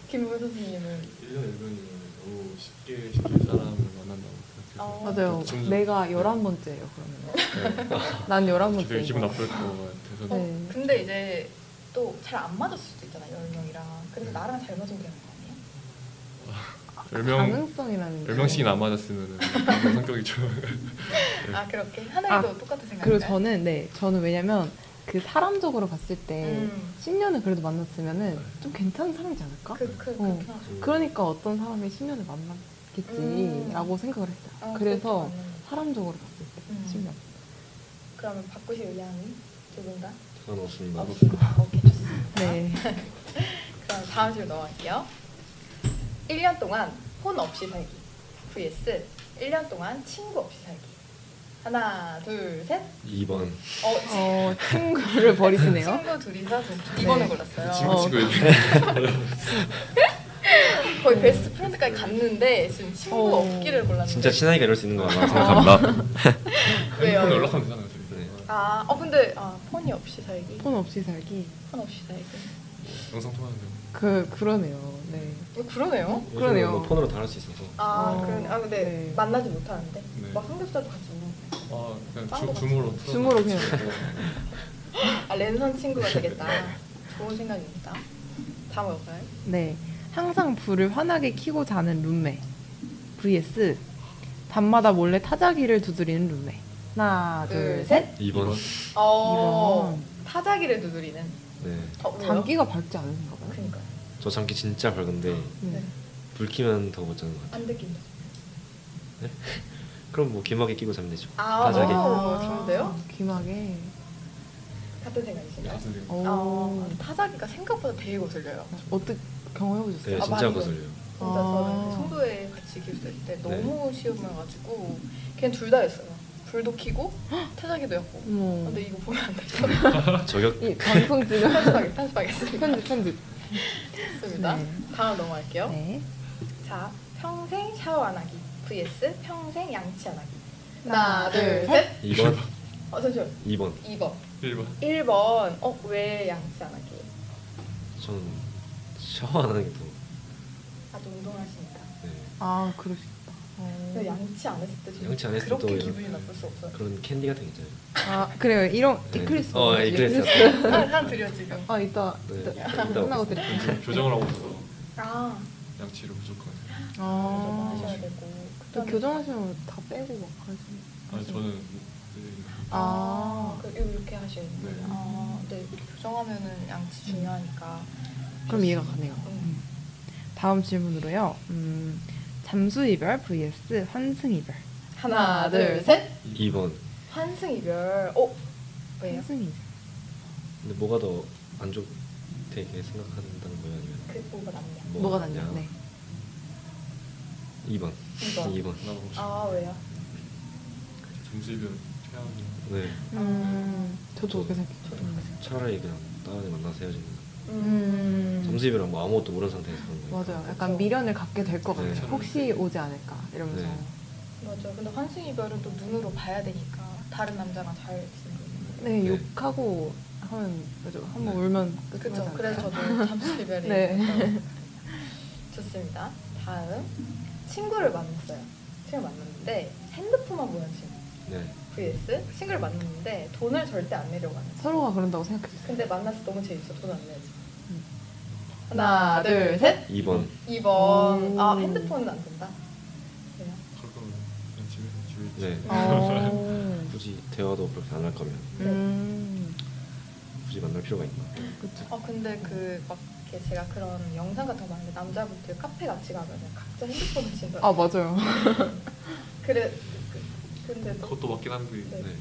S1: 김분 선생님은
S3: 1년 1명이면 너무 쉽게 쉽게 사람을 만난다고
S1: 어.
S3: 생각해서
S2: 맞아요.
S3: 점점-
S2: 내가
S3: 네.
S2: 11번째예요, 그러면.
S3: 네.
S2: 난
S3: 되게
S2: 11번째인
S3: 기분
S2: 거.
S3: 나쁠 것 같아서
S1: 어,
S2: 네.
S1: 근데 이제 또 잘 안 맞았을 수도 있잖아 10명이랑
S7: 네.
S1: 그래서 나랑 잘 맞으면 되는 거 아니에요?
S3: 10명
S2: 가능성이라는 게.
S3: 10명씩이나 안 맞았으면 성격이 좀
S7: 네.
S1: 아 그렇게? 하늘도 똑같은 생각인가요?
S2: 그리고 저는 네 저는 왜냐면 그 사람적으로 봤을 때
S1: 음.
S2: 10년을 그래도 만났으면은 좀 괜찮은 사람이지 않을까?
S1: 그, 그,
S2: 어.
S1: 그렇게 하죠.
S2: 그, 러니까 어떤 사람이 10년을 만났겠지라고 생각을 했어요.
S1: 아,
S2: 그래서
S1: 그것도 맞는 거.
S2: 사람적으로 봤을 때
S1: 음.
S2: 10년.
S1: 그러면 바꾸실 의향이 누군가?
S7: 저는 없습니다.
S1: 없습니다. 오케이 좋습니다.
S2: 네.
S1: 그럼 다음 질문 넘어갈게요. 1년 동안 혼 없이 살기 vs 1년 동안 친구 없이 살기. 하나, 둘, 셋.
S7: 2번.
S1: 어,
S2: 어, 친구를 버리시네요.
S1: 친구 둘이서 저 이번에 골랐어요.
S3: 친구 친구
S2: 네.
S3: 얘기
S1: 거의 베스트 프렌드까지 갔는데 지금 친구
S2: 어.
S1: 없기를 골랐는데.
S7: 진짜 친하게 이럴 수 있는 거 아마 생각합니다.
S1: 왜요?
S3: 핸드폰에 연락하면
S7: 네.
S3: 되잖아요 지금
S1: 아, 어 근데 아 폰이 없이 살기.
S2: 폰 없이 살기.
S1: 폰 없이 살기.
S3: 영상 통화하면 되고
S2: 그 그러네요. 네.
S1: 어, 그러네요.
S2: 그러네요.
S7: 요즘은 뭐 폰으로 다 할 수 있어서.
S1: 아,
S2: 어.
S1: 그러네. 아, 근데
S2: 네.
S1: 만나지 못하는데.
S3: 네.
S1: 막 삼겹살도 같이 먹는 거.
S3: 아
S1: 딴
S3: 그냥
S1: 거
S3: 주, 줌으로 틀어서
S2: 줌으로 그냥.
S1: 아, 랜선 친구가 되겠다. 좋은 생각입니다. 다음 볼까요?
S2: 네. 항상 불을 환하게 켜고 자는 룸메 vs 밤마다 몰래 타자기를 두드리는 룸메. 하나, 둘,
S1: 둘,
S2: 셋.
S7: 2번.
S1: 네. 어, 타자기를 두드리는.
S7: 네.
S1: 어, 왜요?
S2: 장기가 밝지 않은가 봐요.
S1: 그러니까.
S7: 저 잠기 진짜 밝은데
S1: 네.
S7: 불 켜면 더 못 자는 것 같아요.
S1: 안 듣긴다.
S7: 그럼 뭐 귀마개 끼고 자면 되죠.
S1: 아,
S7: 자기.
S1: 오, 좋은데요?
S2: 귀마개.
S1: 같은 생각이신가요?
S3: 같은 생각.
S2: 오.
S1: 어, 타자기가 생각보다 되게 거슬려요.
S2: 아, 어떻게 경험해보셨어요?
S7: 네,
S1: 아,
S7: 진짜
S1: 많이
S7: 거슬려요.
S1: 진짜
S2: 아.
S1: 저는 그 송도에 같이 기숙사일
S7: 네.
S1: 때 너무 쉬우면가지고 걔는 둘 다 했어요. 불도 켜고 타자기도 했고.
S2: 어머.
S1: 근데 이거 보면 안 되죠.
S7: 저격
S2: 이 방송 지금
S1: 편집하겠, 편집하겠습니다.
S2: 편집 편집.
S1: 좋습니다.
S2: 네.
S1: 다음 넘어갈게요.
S2: 네.
S1: 자, 평생 샤워 안 하기 vs 평생 양치 안 하기.
S2: 하나,
S1: 하나,
S2: 둘,
S1: 둘, 셋.
S7: 2번.
S1: 어, 잠시만.
S7: 2번.
S1: 2번.
S3: 네. 1번
S1: 1번. 어, 왜 양치 안 하기?
S7: 저는 샤워 안 하는 게 더.
S1: 아주 운동하시니까.
S7: 네.
S2: 아, 그러시겠다.
S1: 근데
S2: 어.
S1: 양치 안 했을 때 저는
S7: 양치 안 했을
S1: 그렇게
S7: 때도
S1: 기분이
S7: 양-
S1: 나쁠 수 없어요.
S7: 그런 캔디 같은 게 있잖아요.
S4: 네.
S2: 아, 그래요. 이런 이클리스.
S7: 어, 이클리스.
S1: 하나, 하나 드려 지금.
S2: 아, 이따
S7: 네.
S2: 이따
S7: 이따
S2: 끝나고
S7: 먹겠습니다.
S2: 드릴게요.
S3: 지금 교정을 하고 있어서
S1: 아,
S3: 양치를 무조건 해요.
S2: 아.
S1: 하셔야 되고.
S2: 또
S1: 그다음에-
S2: 교정하시면 다 빼고 막 하시.
S3: 아니 저는
S1: 아,
S2: 아.
S1: 그 이렇게 하시는 거예요.
S3: 네.
S1: 아, 네. 이렇게 교정하면은 양치 중요하니까.
S2: 그럼 이해가 가네요.
S1: 음.
S2: 다음 질문으로요. 음, 잠수 이별 vs 환승 이별.
S1: 하나, 둘, 셋.
S7: 2번.
S1: 환승 이별. 어? 왜요?
S2: 한승이.
S4: 근데 뭐가 더 안 좋게 생각한다는 거예요 아니면
S1: 그 뭐가 남냐?
S2: 뭐가 낫냐? 네.
S4: 2번.
S1: 이거.
S4: 2번.
S3: 나도 혹시
S1: 아 왜요?
S3: 정지별 최악이야.
S4: 네.
S2: 음, 저도 그렇게 생각해요.
S4: 차라리 그냥 다른 애 만나서 헤어지는 거.
S2: 음,
S4: 점수이랑 뭐 아무것도 모르는 상태에서 그런 거예요.
S2: 맞아요. 약간
S1: 그쵸.
S2: 미련을 갖게 될 것 같아요.
S4: 네.
S2: 혹시 오지 않을까 이러면서.
S4: 네.
S1: 맞아. 근데 환승 이별은 또 눈으로 봐야 되니까 다른 남자랑 잘 지내는.
S2: 네,
S4: 네.
S2: 욕하고 하면 그죠. 한번
S4: 네.
S2: 울면 끝.
S1: 그렇죠. 그래서 저도 잠시 이별이.
S2: 네.
S1: 있어요. 좋습니다. 다음 친구를 만났어요. 친구 만났는데 핸드폰만 보는 친구.
S4: 네.
S1: vs 친구를 만났는데 돈을 절대 안 내려고 하는 친구.
S2: 서로가 그런다고 생각해주세요.
S1: 근데 만나서 너무 재밌어. 돈 안 내지.
S2: 음.
S1: 하나, 둘, 셋.
S4: 2번.
S1: 2번. 아,
S2: 오.
S1: 핸드폰은 안 된다. 그래요?
S3: 갈 거면 그냥 집에서 집에 있지.
S4: 네.
S2: 어.
S4: 굳이 대화도 그렇게 안 할 거면
S2: 음,
S4: 굳이 만날 필요가 있나?
S2: 그쵸.
S1: 어, 근데 그, 막, 이렇게 제가 그런 영상 같은 거 봤는데 남자분들 카페 같이 가면 각자 핸드폰을 친다.
S2: 아 맞아요.
S1: 그래. 그- 근데 또.
S3: 그것도 맞긴 한데
S1: 네.
S4: 네.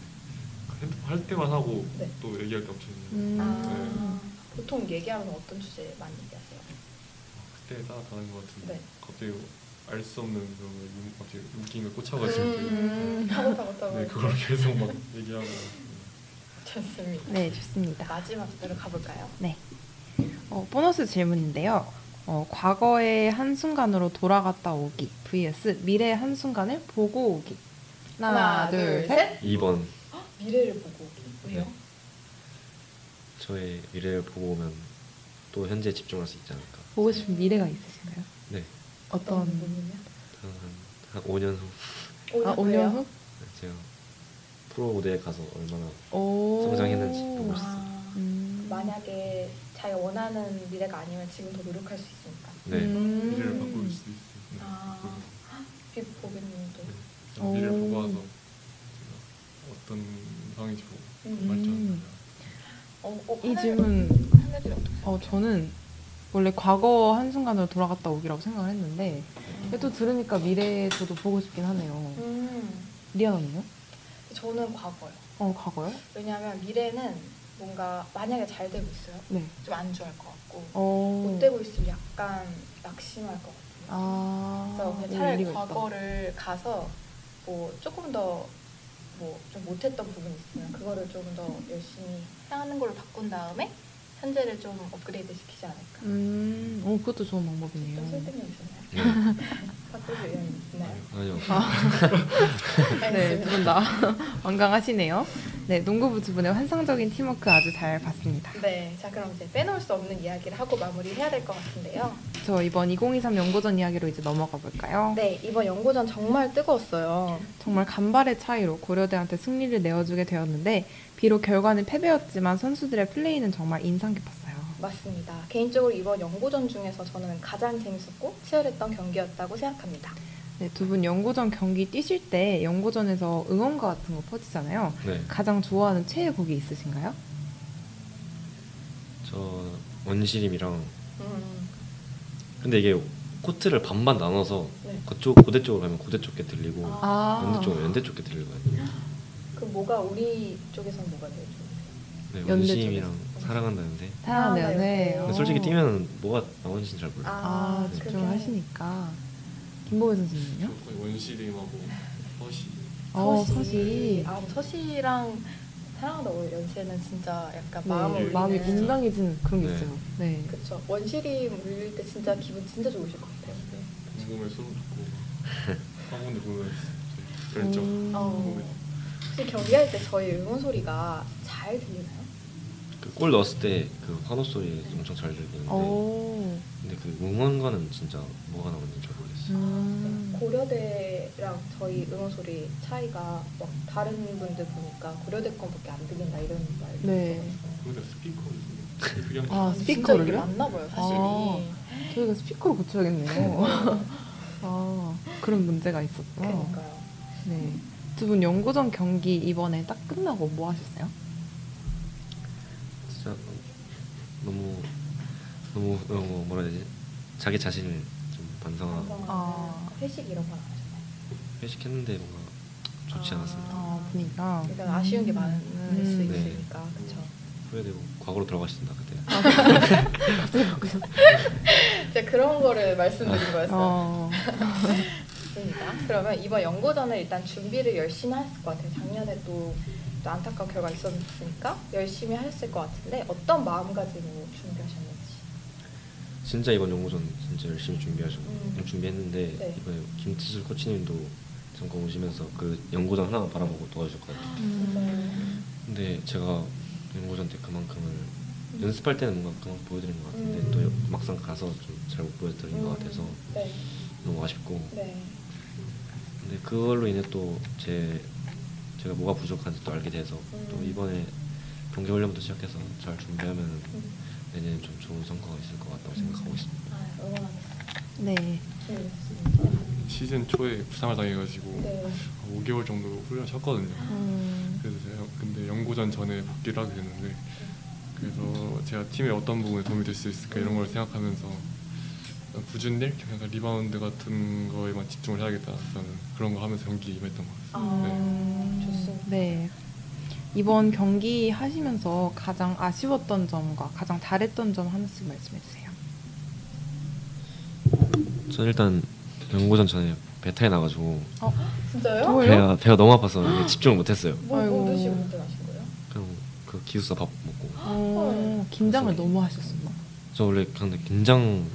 S3: 핸드폰 할 때만 하고
S1: 네.
S3: 또 얘기할 게 없으니까
S2: 음.
S1: 아, 보통 얘기하면서 어떤 주제 많이 얘기하세요?
S3: 그때에 따라 다른 것 같은데
S1: 네.
S3: 갑자기 알 수 없는 그런 거 유- 갑자기 웃긴 걸 꽂혀가지고
S1: 음, 타고 타고 타고.
S3: 네 그걸 계속 막 얘기하고
S1: 음. 좋습니다.
S2: 네, 좋습니다. 네.
S1: 마지막 으로 가볼까요?
S2: 어, 보너스 질문인데요. 어, 과거의 한순간으로 돌아갔다 오기 vs 미래의 한순간을 보고 오기. 하나, 둘, 셋.
S4: 2번.
S1: 미래를 보고 오기. 왜요?
S3: 네.
S4: 저의 미래를 보고 오면 또 현재에 집중할 수 있지 않을까.
S2: 보고 싶은 미래가 있으신가요?
S4: 네.
S1: 어떤
S2: 어떤?
S1: 분이냐?
S4: 한, 한 5년 후 네,
S2: 아, 5년 후?
S4: 제가 프로 무대에 가서 얼마나
S2: 오.
S4: 성장했는지 보고 싶어요.
S1: 아,
S2: 음.
S1: 만약에 자기가 원하는 미래가 아니면 지금 더 노력할 수 있으니까.
S4: 네.
S2: 음.
S3: 미래를 바꿀 수도 있어요. 네.
S1: 아.
S3: 그래서
S1: 빛 고객님도.
S3: 그냥 미래를
S2: 오.
S3: 보고 와서 제가 어떤 상황인지 보고
S1: 음.
S3: 발전.
S1: 어, 어,
S2: 이
S1: 하늘-
S2: 질문,
S1: 하늘이 어떻게
S2: 어, 저는 원래 과거 한순간으로 돌아갔다 오기라고 생각을 했는데,
S1: 생각해요?
S2: 근데 또 들으니까 미래 저도 보고 싶긴 하네요.
S1: 음,
S2: 리아 언니요?
S1: 저는 과거요.
S2: 어, 과거요?
S1: 왜냐하면 미래는 뭔가 만약에 잘 되고 있어요.
S2: 네.
S1: 좀 안 좋아할 것 같고
S2: 어.
S1: 못 되고 있으면 약간 낙심할 것 같아요.
S2: 아.
S1: 그래서 그냥
S2: 오,
S1: 차라리
S2: 일리가
S1: 과거를 가서 뭐 조금 더 뭐 좀 못했던 부분이 있으면 그거를 조금 더 열심히 하는 걸로 바꾼 다음에 현재를 좀 업그레이드 시키지 않을까.
S2: 있다. 음, 오, 그것도 좋은
S1: 좀
S2: 방법이네요.
S1: 설득력 있었나요?
S4: 네.
S1: 바꾸실 의향 있나요?
S4: 아니요.
S2: 네, 두 분 다 완강하시네요. 네, 농구부 두 분의 환상적인 팀워크 아주 잘 봤습니다.
S1: 네, 자 그럼 이제 빼놓을 수 없는 이야기를 하고 마무리해야 될 것 같은데요.
S2: 저 이번 2023 연고전 이야기로 이제 넘어가 볼까요?
S1: 네, 이번 연고전 정말 뜨거웠어요.
S2: 정말 간발의 차이로 고려대한테 승리를 내어주게 되었는데 비록 결과는 패배였지만 선수들의 플레이는 정말 인상 깊었어요.
S1: 맞습니다. 개인적으로 이번 연고전 중에서 저는 가장 재밌었고 치열했던 경기였다고 생각합니다.
S2: 네, 두 분 연고전 경기 뛰실 때 연고전에서 응원가 같은 거 퍼지잖아요.
S4: 네.
S2: 가장 좋아하는 최애 곡이 있으신가요?
S4: 저 원시림이랑
S1: 음,
S4: 근데 이게 코트를 반반 나눠서
S1: 네.
S4: 그쪽 고대 쪽으로 가면 고대 쪽게 들리고
S1: 아.
S2: 아,
S4: 연대 쪽은 연대 쪽게 들리거든요.
S1: 그 뭐가 우리 쪽에서는 뭐가 제일 좋으세요?
S4: 네,
S2: 연대
S4: 원시림이랑
S2: 쪽에서.
S4: 사랑한다는데
S2: 사랑하네요.
S1: 아,
S2: 네.
S1: 네.
S4: 근데 솔직히 뛰면 뭐가 나오는지 잘 몰라. 요
S2: 아,
S4: 네.
S1: 그렇게
S2: 집중을 하시니까. 김보배 선생님은요?
S3: 저 거의 원시림하고 허시
S2: 어,
S1: 서시.
S2: 서시.
S1: 아, 서시랑 사랑한다고 연세는 진짜 약간
S2: 네,
S1: 마음을
S2: 마음이
S1: 울리는-
S2: 웅장해지는 그런 게
S4: 네.
S2: 있어요. 네.
S1: 그쵸. 원시림 울릴 때 진짜 기분 진짜 좋으실 것 같아요.
S3: 몸에 소름 돋고 화분들 보면 진짜 그랬죠.
S2: 음.
S1: 어. 혹시 경기할 때 저희 응원 소리가 잘 들리나요?
S4: 그골 넣었을 때 그 환호 소리 엄청 잘 들리는데
S2: 어. 오.
S4: 근데 그 응원가는 진짜 뭐가 나오는지 잘 모르겠어요.
S2: 음.
S1: 그러니까 고려대랑 저희 응원 소리 차이가 막 다른 분들 보니까 고려대 건밖에 안 들린다 이런 말.
S2: 네.
S3: 그런데 스피커 그게
S2: 아,
S1: 진짜 이게
S2: 스피커를요? 아,
S1: 맞나 봐요, 사실이.
S2: 저희가 스피커로 고쳐야겠네요. 아, 그런 문제가 있었다.
S1: 그러니까. 그러니까요.
S2: 네. 두 분 연고전 경기 이번에 딱 끝나고 뭐 하셨어요?
S4: 진짜 너무 너무 너무 뭐라 해야 되지? 자기 자신을 좀 반성하고
S1: 방송
S2: 아.
S1: 회식 이런 건 안 하셨나요?
S4: 회식했는데 뭔가 좋지 않았습니다.
S2: 아, 분위기가.
S1: 약간 음. 아쉬운 게 많을 수
S2: 음.
S4: 네.
S1: 있으니까 그렇죠.
S4: 후회되고 과거로 들어가신다 그때.
S1: 이제 그런 거를
S4: 아.
S1: 말씀드린
S4: 네.
S1: 거였어요.
S2: 어,
S1: 좋습니다. 그러면 이번 연고전을 일단 준비를 열심히 했을 것 같아요. 작년에 또, 또 안타까운 결과가 있었으니까 열심히 하셨을 것 같은데 어떤 마음가짐으로 준비하셨는지.
S4: 진짜 이번 연구전 진짜 열심히 준비하셨고
S1: 음.
S4: 준비했는데
S1: 네.
S4: 이번에 김태술 코치님도 잠깐 오시면서 그 연구전 하나만 바라보고 도와주셨거든요. 음. 근데 제가 연구전 때 그만큼을 연습할 때는 뭔가 그만큼 보여드린 것 같은데
S1: 음.
S4: 또 막상 가서 좀 잘 못 보여드린 것 같아서
S1: 네,
S4: 너무 아쉽고
S1: 네.
S4: 근데 그걸로 인해 또 제 제가 뭐가 부족한지 또 알게 돼서
S1: 음.
S4: 또 이번에 동계 훈련부터 시작해서 잘 준비하면
S1: 음.
S4: 내년에 좀 좋은 성과가 있을 것 같다고 생각하고 있습니다.
S1: 아, 응원합니다.
S2: 네.
S1: 준비됐습니다.
S3: 시즌 초에 부상을 당해가지고
S1: 네.
S3: 5개월 정도 훈련 을 쉬었거든요.
S2: 음,
S3: 그래서 제가 근데 연고전 전에 복귀를 하게 됐는데 그래서 제가 팀에 어떤 부분에 도움이 될 수 있을까 이런 걸 생각하면서 부진일, 약간 리바운드 같은 거에만 집중을 해야겠다. 저는 그런 거 하면서 경기 임했던 것 네. 같아요.
S1: 아,
S2: 음,
S1: 좋습니다.
S2: 네. 이번 경기 하시면서 가장 아쉬웠던 점과 가장 잘했던 점 하나씩 말씀해 주세요.
S4: 전 일단 연고전 전에 배타에 나가지고
S1: 진짜요?
S4: 배가 배가 너무 아파서 이게 집중을 못했어요.
S1: 뭐,
S2: 뭐, 아이고.
S1: 뭐 드시고 그때 가신 거예요?
S4: 그냥 그 기숙사 밥 먹고
S2: 어, 긴장을 너무 하셨었나?
S4: 저 원래 근데 긴장은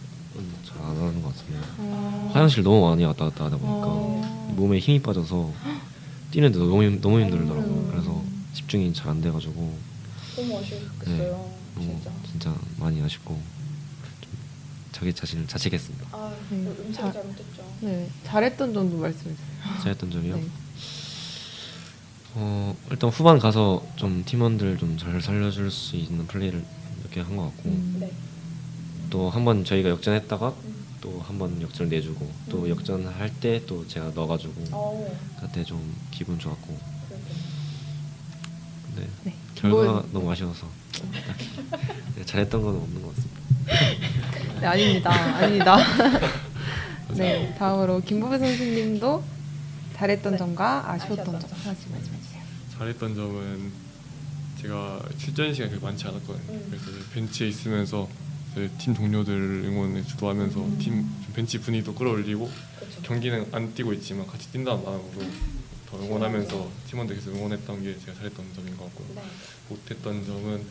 S4: 잘 안 하는 것 같은데
S1: 아.
S4: 화장실 너무 많이 왔다 갔다 하다 보니까 뭐
S2: 어.
S4: 몸에 힘이 빠져서 뛰는데 너무 힘- 너무 힘들더라고요. 그래서 집중이 잘 안 돼가지고
S1: 너무 아쉬웠겠어요.
S4: 너무
S1: 뭐 진짜.
S4: 진짜 많이 아쉽고 좀 자기 자신을 자책했습니다.
S1: 아,
S2: 음,
S1: 음식
S2: 잘-
S1: 잘못했죠.
S2: 네, 잘했던 점도 말씀해 주세요.
S4: 잘했던 점이요.
S2: 네.
S4: 어 일단 후반 가서 좀 팀원들 좀 잘 살려줄 수 있는 플레이를 이렇게 한 것 같고
S2: 음.
S1: 네.
S4: 또 한 번 저희가 역전했다가
S1: 음.
S4: 또 한 번 역전을 내주고 또
S1: 음.
S4: 역전할 때 또 제가 넣어가지고
S1: 어,
S4: 그때 좀 기분 좋았고
S1: 그래도.
S4: 근데
S2: 네.
S4: 결과가
S2: 뭘-
S4: 너무 아쉬워서 딱히 네, 잘했던 건 없는 것 같습니다.
S2: 네, 아닙니다. 아닙니다. 네, 다음으로 김부배 선수님도 잘했던
S1: 네.
S2: 점과 아쉬웠던,
S1: 아쉬웠던
S2: 점 하나씩 말씀해 주세요.
S3: 잘했던 점은 제가 출전 시간이 그렇게 많지 않았거든요.
S1: 음.
S3: 그래서 이제 벤치에 있으면서 이제 팀 동료들 응원에 주도하면서 팀좀 벤치 분위기도 끌어올리고
S1: 음. 그렇죠.
S3: 경기는 안 뛰고 있지만 같이 뛴다는 마음으로 더
S1: 음.
S3: 응원하면서 팀원들 계속 응원했던 게 제가 잘했던 점인 것 같고요.
S1: 네.
S3: 못했던 점은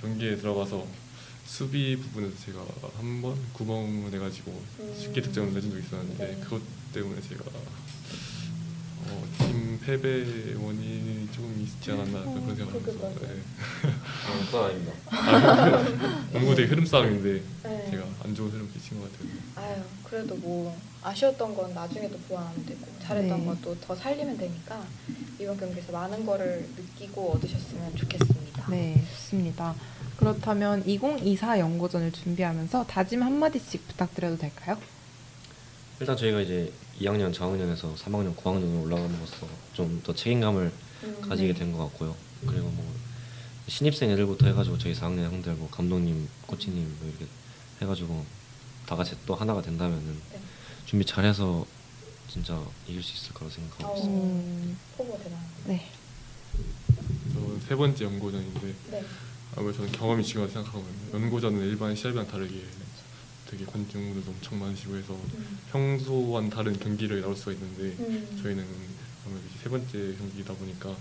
S3: 경기에 들어가서 수비 부분에서 제가 한 번 구멍을 내가지고
S1: 음.
S3: 쉽게 득점을 내준 적이 있었는데
S1: 네.
S3: 그것 때문에 제가 어, 팀 패배 원인이 조금 있지 않았나 그런 생각을 하면서
S1: 음, 그렇겠다.
S3: 예.
S4: 그건 어, 아닙니다.
S3: 농구 되게 흐름 싸움인데
S1: 네.
S3: 제가 안 좋은 흐름 끼친 것 같아요.
S1: 아유, 그래도 뭐 아쉬웠던 건 나중에 또 보완하면 되고 잘했던
S2: 네.
S1: 것도 더 살리면 되니까 이번 경기에서 많은 거를 느끼고 얻으셨으면 좋겠습니다.
S2: 네, 좋습니다. 그렇다면 2024 연고전을 준비하면서 다짐 한마디씩 부탁드려도 될까요?
S4: 일단 저희가 이제 2학년, 4학년에서 3학년, 9학년으로 올라감으로써 좀 더 책임감을
S1: 음,
S4: 가지게
S2: 네.
S4: 된 것 같고요. 그리고 뭐 신입생 애들부터 해가지고 저희 4학년 형들 뭐 감독님, 코치님 뭐 이렇게 해가지고 다 같이 또 하나가 된다면은
S1: 네.
S4: 준비 잘해서 진짜 이길 수 있을 거라고 생각하고 있습니다.
S2: 음,
S1: 포고 대단합니다.
S2: 네.
S3: 저는 세 번째 연고전인데
S1: 네.
S3: 아무래도 저는 경험이 중요하다고 생각하거든요. 연고전은 일반 시합이랑 다르게 되게 관중분들도 엄청 많으시고 해서
S1: 음.
S3: 평소와는 다른 경기를 나올 수가 있는데
S1: 음.
S3: 저희는 아무래도 이제 세 번째 경기이다 보니까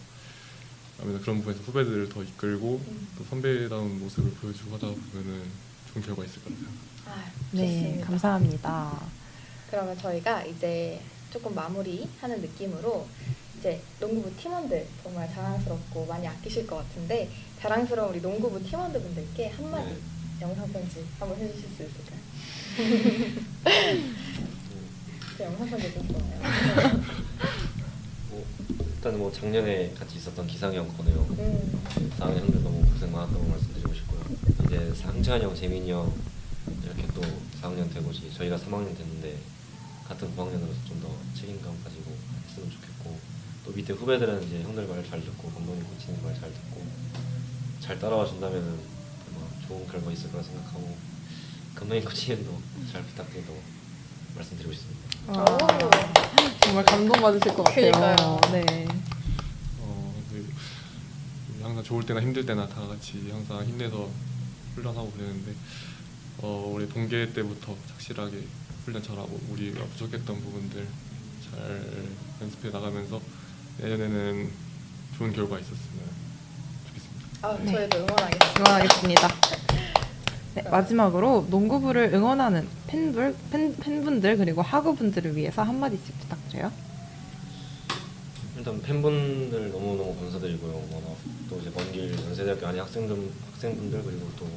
S3: 아무래도 그런 부분에서 후배들을 더 이끌고
S1: 음.
S3: 또 선배다운 모습을 보여주고 하다 보면은 좋은 결과 있을 거라고 생각합니다.
S1: 아유,
S2: 네,
S1: 좋습니다.
S2: 감사합니다.
S1: 그러면 저희가 이제 조금 마무리하는 느낌으로 이제 농구부 팀원들 정말 자랑스럽고 많이 아끼실 것 같은데 자랑스러운 우리 농구부 팀원들 분들께 한마디
S4: 네.
S1: 영상 편지 한번 해주실 수 있을까요? 그 영상 편지 좀 좋아요.
S4: 뭐, 일단 뭐 작년에 같이 있었던 기상형 거네요.
S1: 음,
S4: 4학년 형들 너무 고생 많았다고 말씀드리고 싶고요. 이제 상찬 형, 재민이 형 이렇게 또 4학년 되고 이제 저희가 3학년 됐는데 같은 9학년으로서 좀 더 책임감 가지고 했으면 좋겠고 또 밑에 후배들은 이제 형들 말 잘 듣고 감독님, 코치님 말 잘 듣고 잘 따라와 준다면은 아마 좋은 결과 있을 거라
S2: 아.
S4: 생각하고
S1: 아,
S4: 감독님, 코치님도 잘 부탁드린다고 말씀드리고 싶습니다.
S1: 오,
S2: 정말 감동받으실 것 같아요.
S1: 그러니까요.
S2: 네.
S3: 어, 네. 항상 좋을 때나 힘들 때나 다 같이 항상 힘내서 훈련하고 그랬는데 어, 올해 동계 때부터 착실하게 훈련 잘하고 우리가 부족했던 부분들 잘 연습해 나가면서 내년에는 좋은 결과 있었으면 좋겠습니다.
S1: 아,
S2: 네.
S1: 저희도 응원하겠습니다.
S2: 응원하겠습니다. 네, 마지막으로 농구부를 응원하는 팬들, 팬, 팬분들 그리고 하구분들을 위해서 한마디씩 부탁드려요.
S7: 일단 팬분들 너무너무 감사드리고요. 어, 또 이제 먼길 연세대학교 아닌 학생들, 학생분들 그리고 또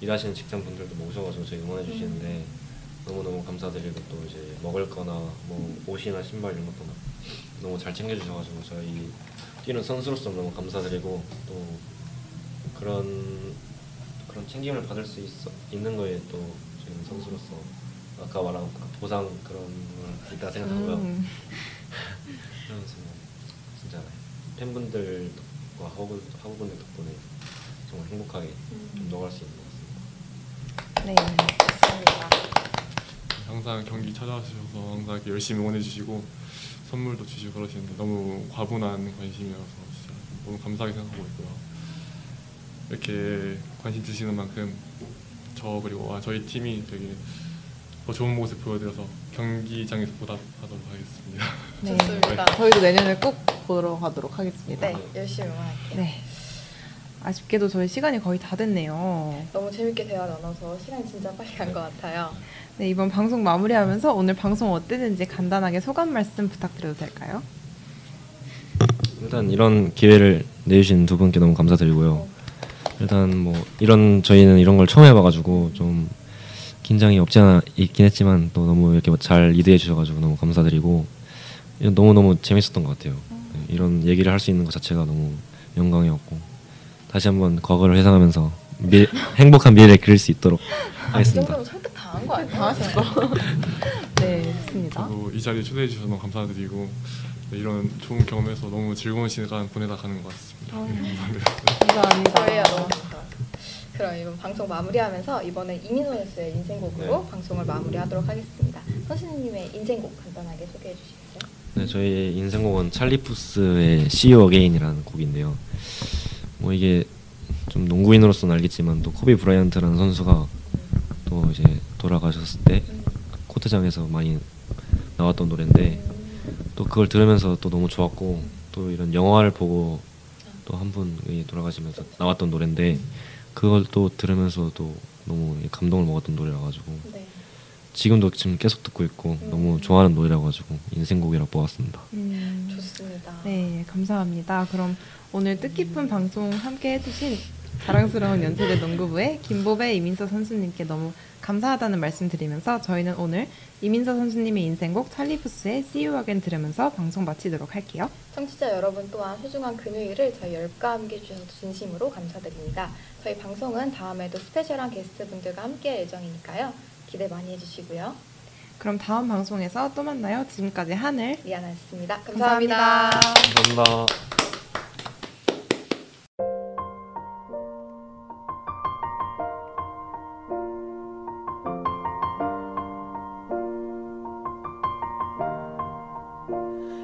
S7: 일하시는 직장분들도 뭐 오셔가지고 저희 응원해 주시는데 너무너무 감사드리고 또 이제 먹을 거나 뭐 옷이나 신발 이런 것도 너무 잘 챙겨주셔가지고 저희 뛰는 선수로서 너무 감사드리고 또 그런 그런 챙김을 받을 수 있어, 있는 거에 또 저희는 선수로서 아까 말한 보상 그런 걸 있다 생각하고요.
S2: 음.
S7: 그러면서 뭐 진짜 팬분들과 학우분, 학우분들 덕분에 정말 행복하게 좀 넘어갈 수 있는 것 같습니다.
S2: 네.
S3: 항상 경기 찾아와주셔서 항상 이렇게 열심히 응원해주시고 선물도 주시고 그러시는데 너무 과분한 관심이어서 진짜 너무 감사하게 생각하고 있고요. 이렇게 관심 주시는 만큼 저 그리고 아, 저희 팀이 되게 더 좋은 모습 보여드려서 경기장에서 보답하도록 하겠습니다.
S2: 네.
S1: 좋습니다.
S2: 저희도 내년에 꼭 보러 가도록 하겠습니다.
S1: 네, 열심히 응원할게요.
S2: 네. 아쉽게도 저희 시간이 거의 다 됐네요.
S1: 너무 재밌게 대화 나눠서 시간이 진짜 빨리 간 것 같아요.
S2: 네, 이번 방송 마무리하면서 오늘 방송 어땠는지 간단하게 소감 말씀 부탁드려도 될까요?
S4: 일단 이런 기회를 내주신 두 분께 너무 감사드리고요. 일단 뭐 이런 저희는 이런 걸 처음 해봐가지고 좀 긴장이 없지 않아 있긴 했지만 또 너무 이렇게 잘 리드해 주셔가지고 너무 감사드리고 너무 너무 재밌었던 것 같아요. 네, 이런 얘기를 할 수 있는 것 자체가 너무 영광이었고 다시 한번 과거를 회상하면서 미, 행복한 미래를 그릴 수 있도록
S1: 아, 이
S4: 하겠습니다.
S1: 정도면 설득 당한 거 아니에요?
S2: 네, 좋습니다.
S3: 저도 이 자리에 초대해 주셔서 너무 감사드리고 네, 이런 좋은 경험에서 너무 즐거운 시간 보내다 가는 것 같습니다. 네, 감사합니다.
S2: 감사합니다.
S1: 저희야 너무 좋다. 그럼 이번 방송 마무리하면서 이번에 이민호 선수의 인생곡으로 방송을 마무리하도록 하겠습니다. 선수님의 인생곡 간단하게 소개해 주시겠어요?
S4: 네, 저희의 인생곡은 찰리푸스의 See You Again이라는 곡인데요. 뭐 이게 좀 농구인으로서는 알겠지만 또 코비 브라이언트라는 선수가 또 이제 돌아가셨을 때
S1: 음,
S4: 코트장에서 많이 나왔던 노래인데 또 그걸 들으면서 또 너무 좋았고 또 이런 영화를 보고 또 한 분이 돌아가시면서 나왔던 노래인데 그걸 또 들으면서 또 너무 감동을 먹었던 노래라 가지고
S1: 네.
S4: 지금도 지금 계속 듣고 있고 너무 좋아하는 노래라 가지고 인생곡이라 뽑았습니다.
S2: 음.
S1: 좋습니다.
S2: 네, 감사합니다. 그럼 오늘 뜻깊은 방송 함께 해주신 자랑스러운 연세대 농구부의 김보배 이민서 선수님께 너무 감사하다는 말씀 드리면서 저희는 오늘 이민서 선수님의 인생곡 찰리푸스의 See You Again 들으면서 방송 마치도록 할게요.
S1: 청취자 여러분 또한 소중한 금요일을 저희 열과 함께 해주셔서 진심으로 감사드립니다. 저희 방송은 다음에도 스페셜한 게스트분들과 함께 할 예정이니까요. 기대 많이 해주시고요.
S2: 그럼 다음 방송에서 또 만나요. 지금까지 하늘.
S1: 리아나였습니다. 감사합니다.
S2: 감사합니다.
S7: 감사합니다.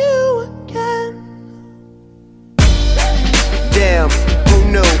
S9: you again.
S10: Damn, who knew?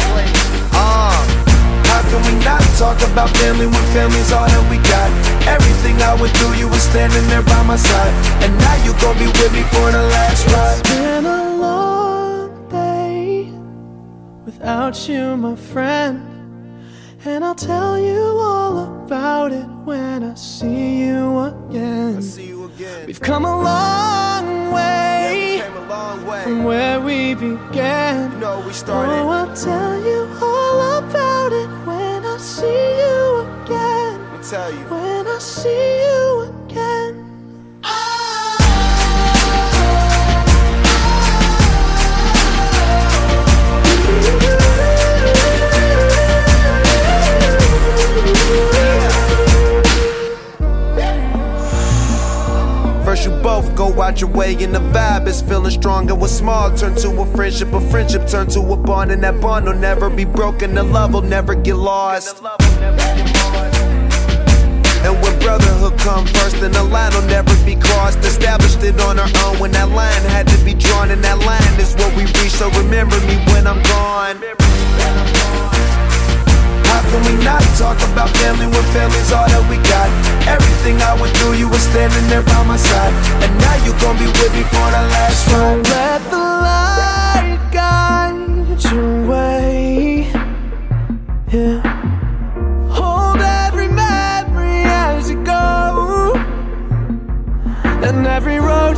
S10: place. Uh. How can we not talk about family when family's all that we got? Everything I went through, you were standing there by my side. And now you gon' be with me for the last ride.
S9: been a long day without you, my friend. And I'll tell you all about it when I see you again.
S10: I see you again.
S9: We've come a long way
S10: came a long way.
S9: from where we began.
S10: You know we
S9: Oh,
S10: started.
S9: I'll tell you all about it when I see you again.
S10: Let me tell you.
S9: When I see you again.
S10: First, you both go out your way, and the vibe is feeling strong. And what's small turn to a friendship, a friendship turn to a bond, and that bond will never be broken. The love will never get lost. And when brotherhood come first, then the line will never be crossed. Established it on our own when that line had to be drawn, and that line is what we reach. So remember me when I'm gone. How can we not talk about family when family's all that we got? Everything I went through, you were standing there by my side. And now you gon' be with me for the last
S9: Don't
S10: ride.
S9: let the light guide your way. Yeah. Hold every memory as you go, and every road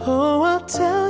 S9: Oh, I'll tell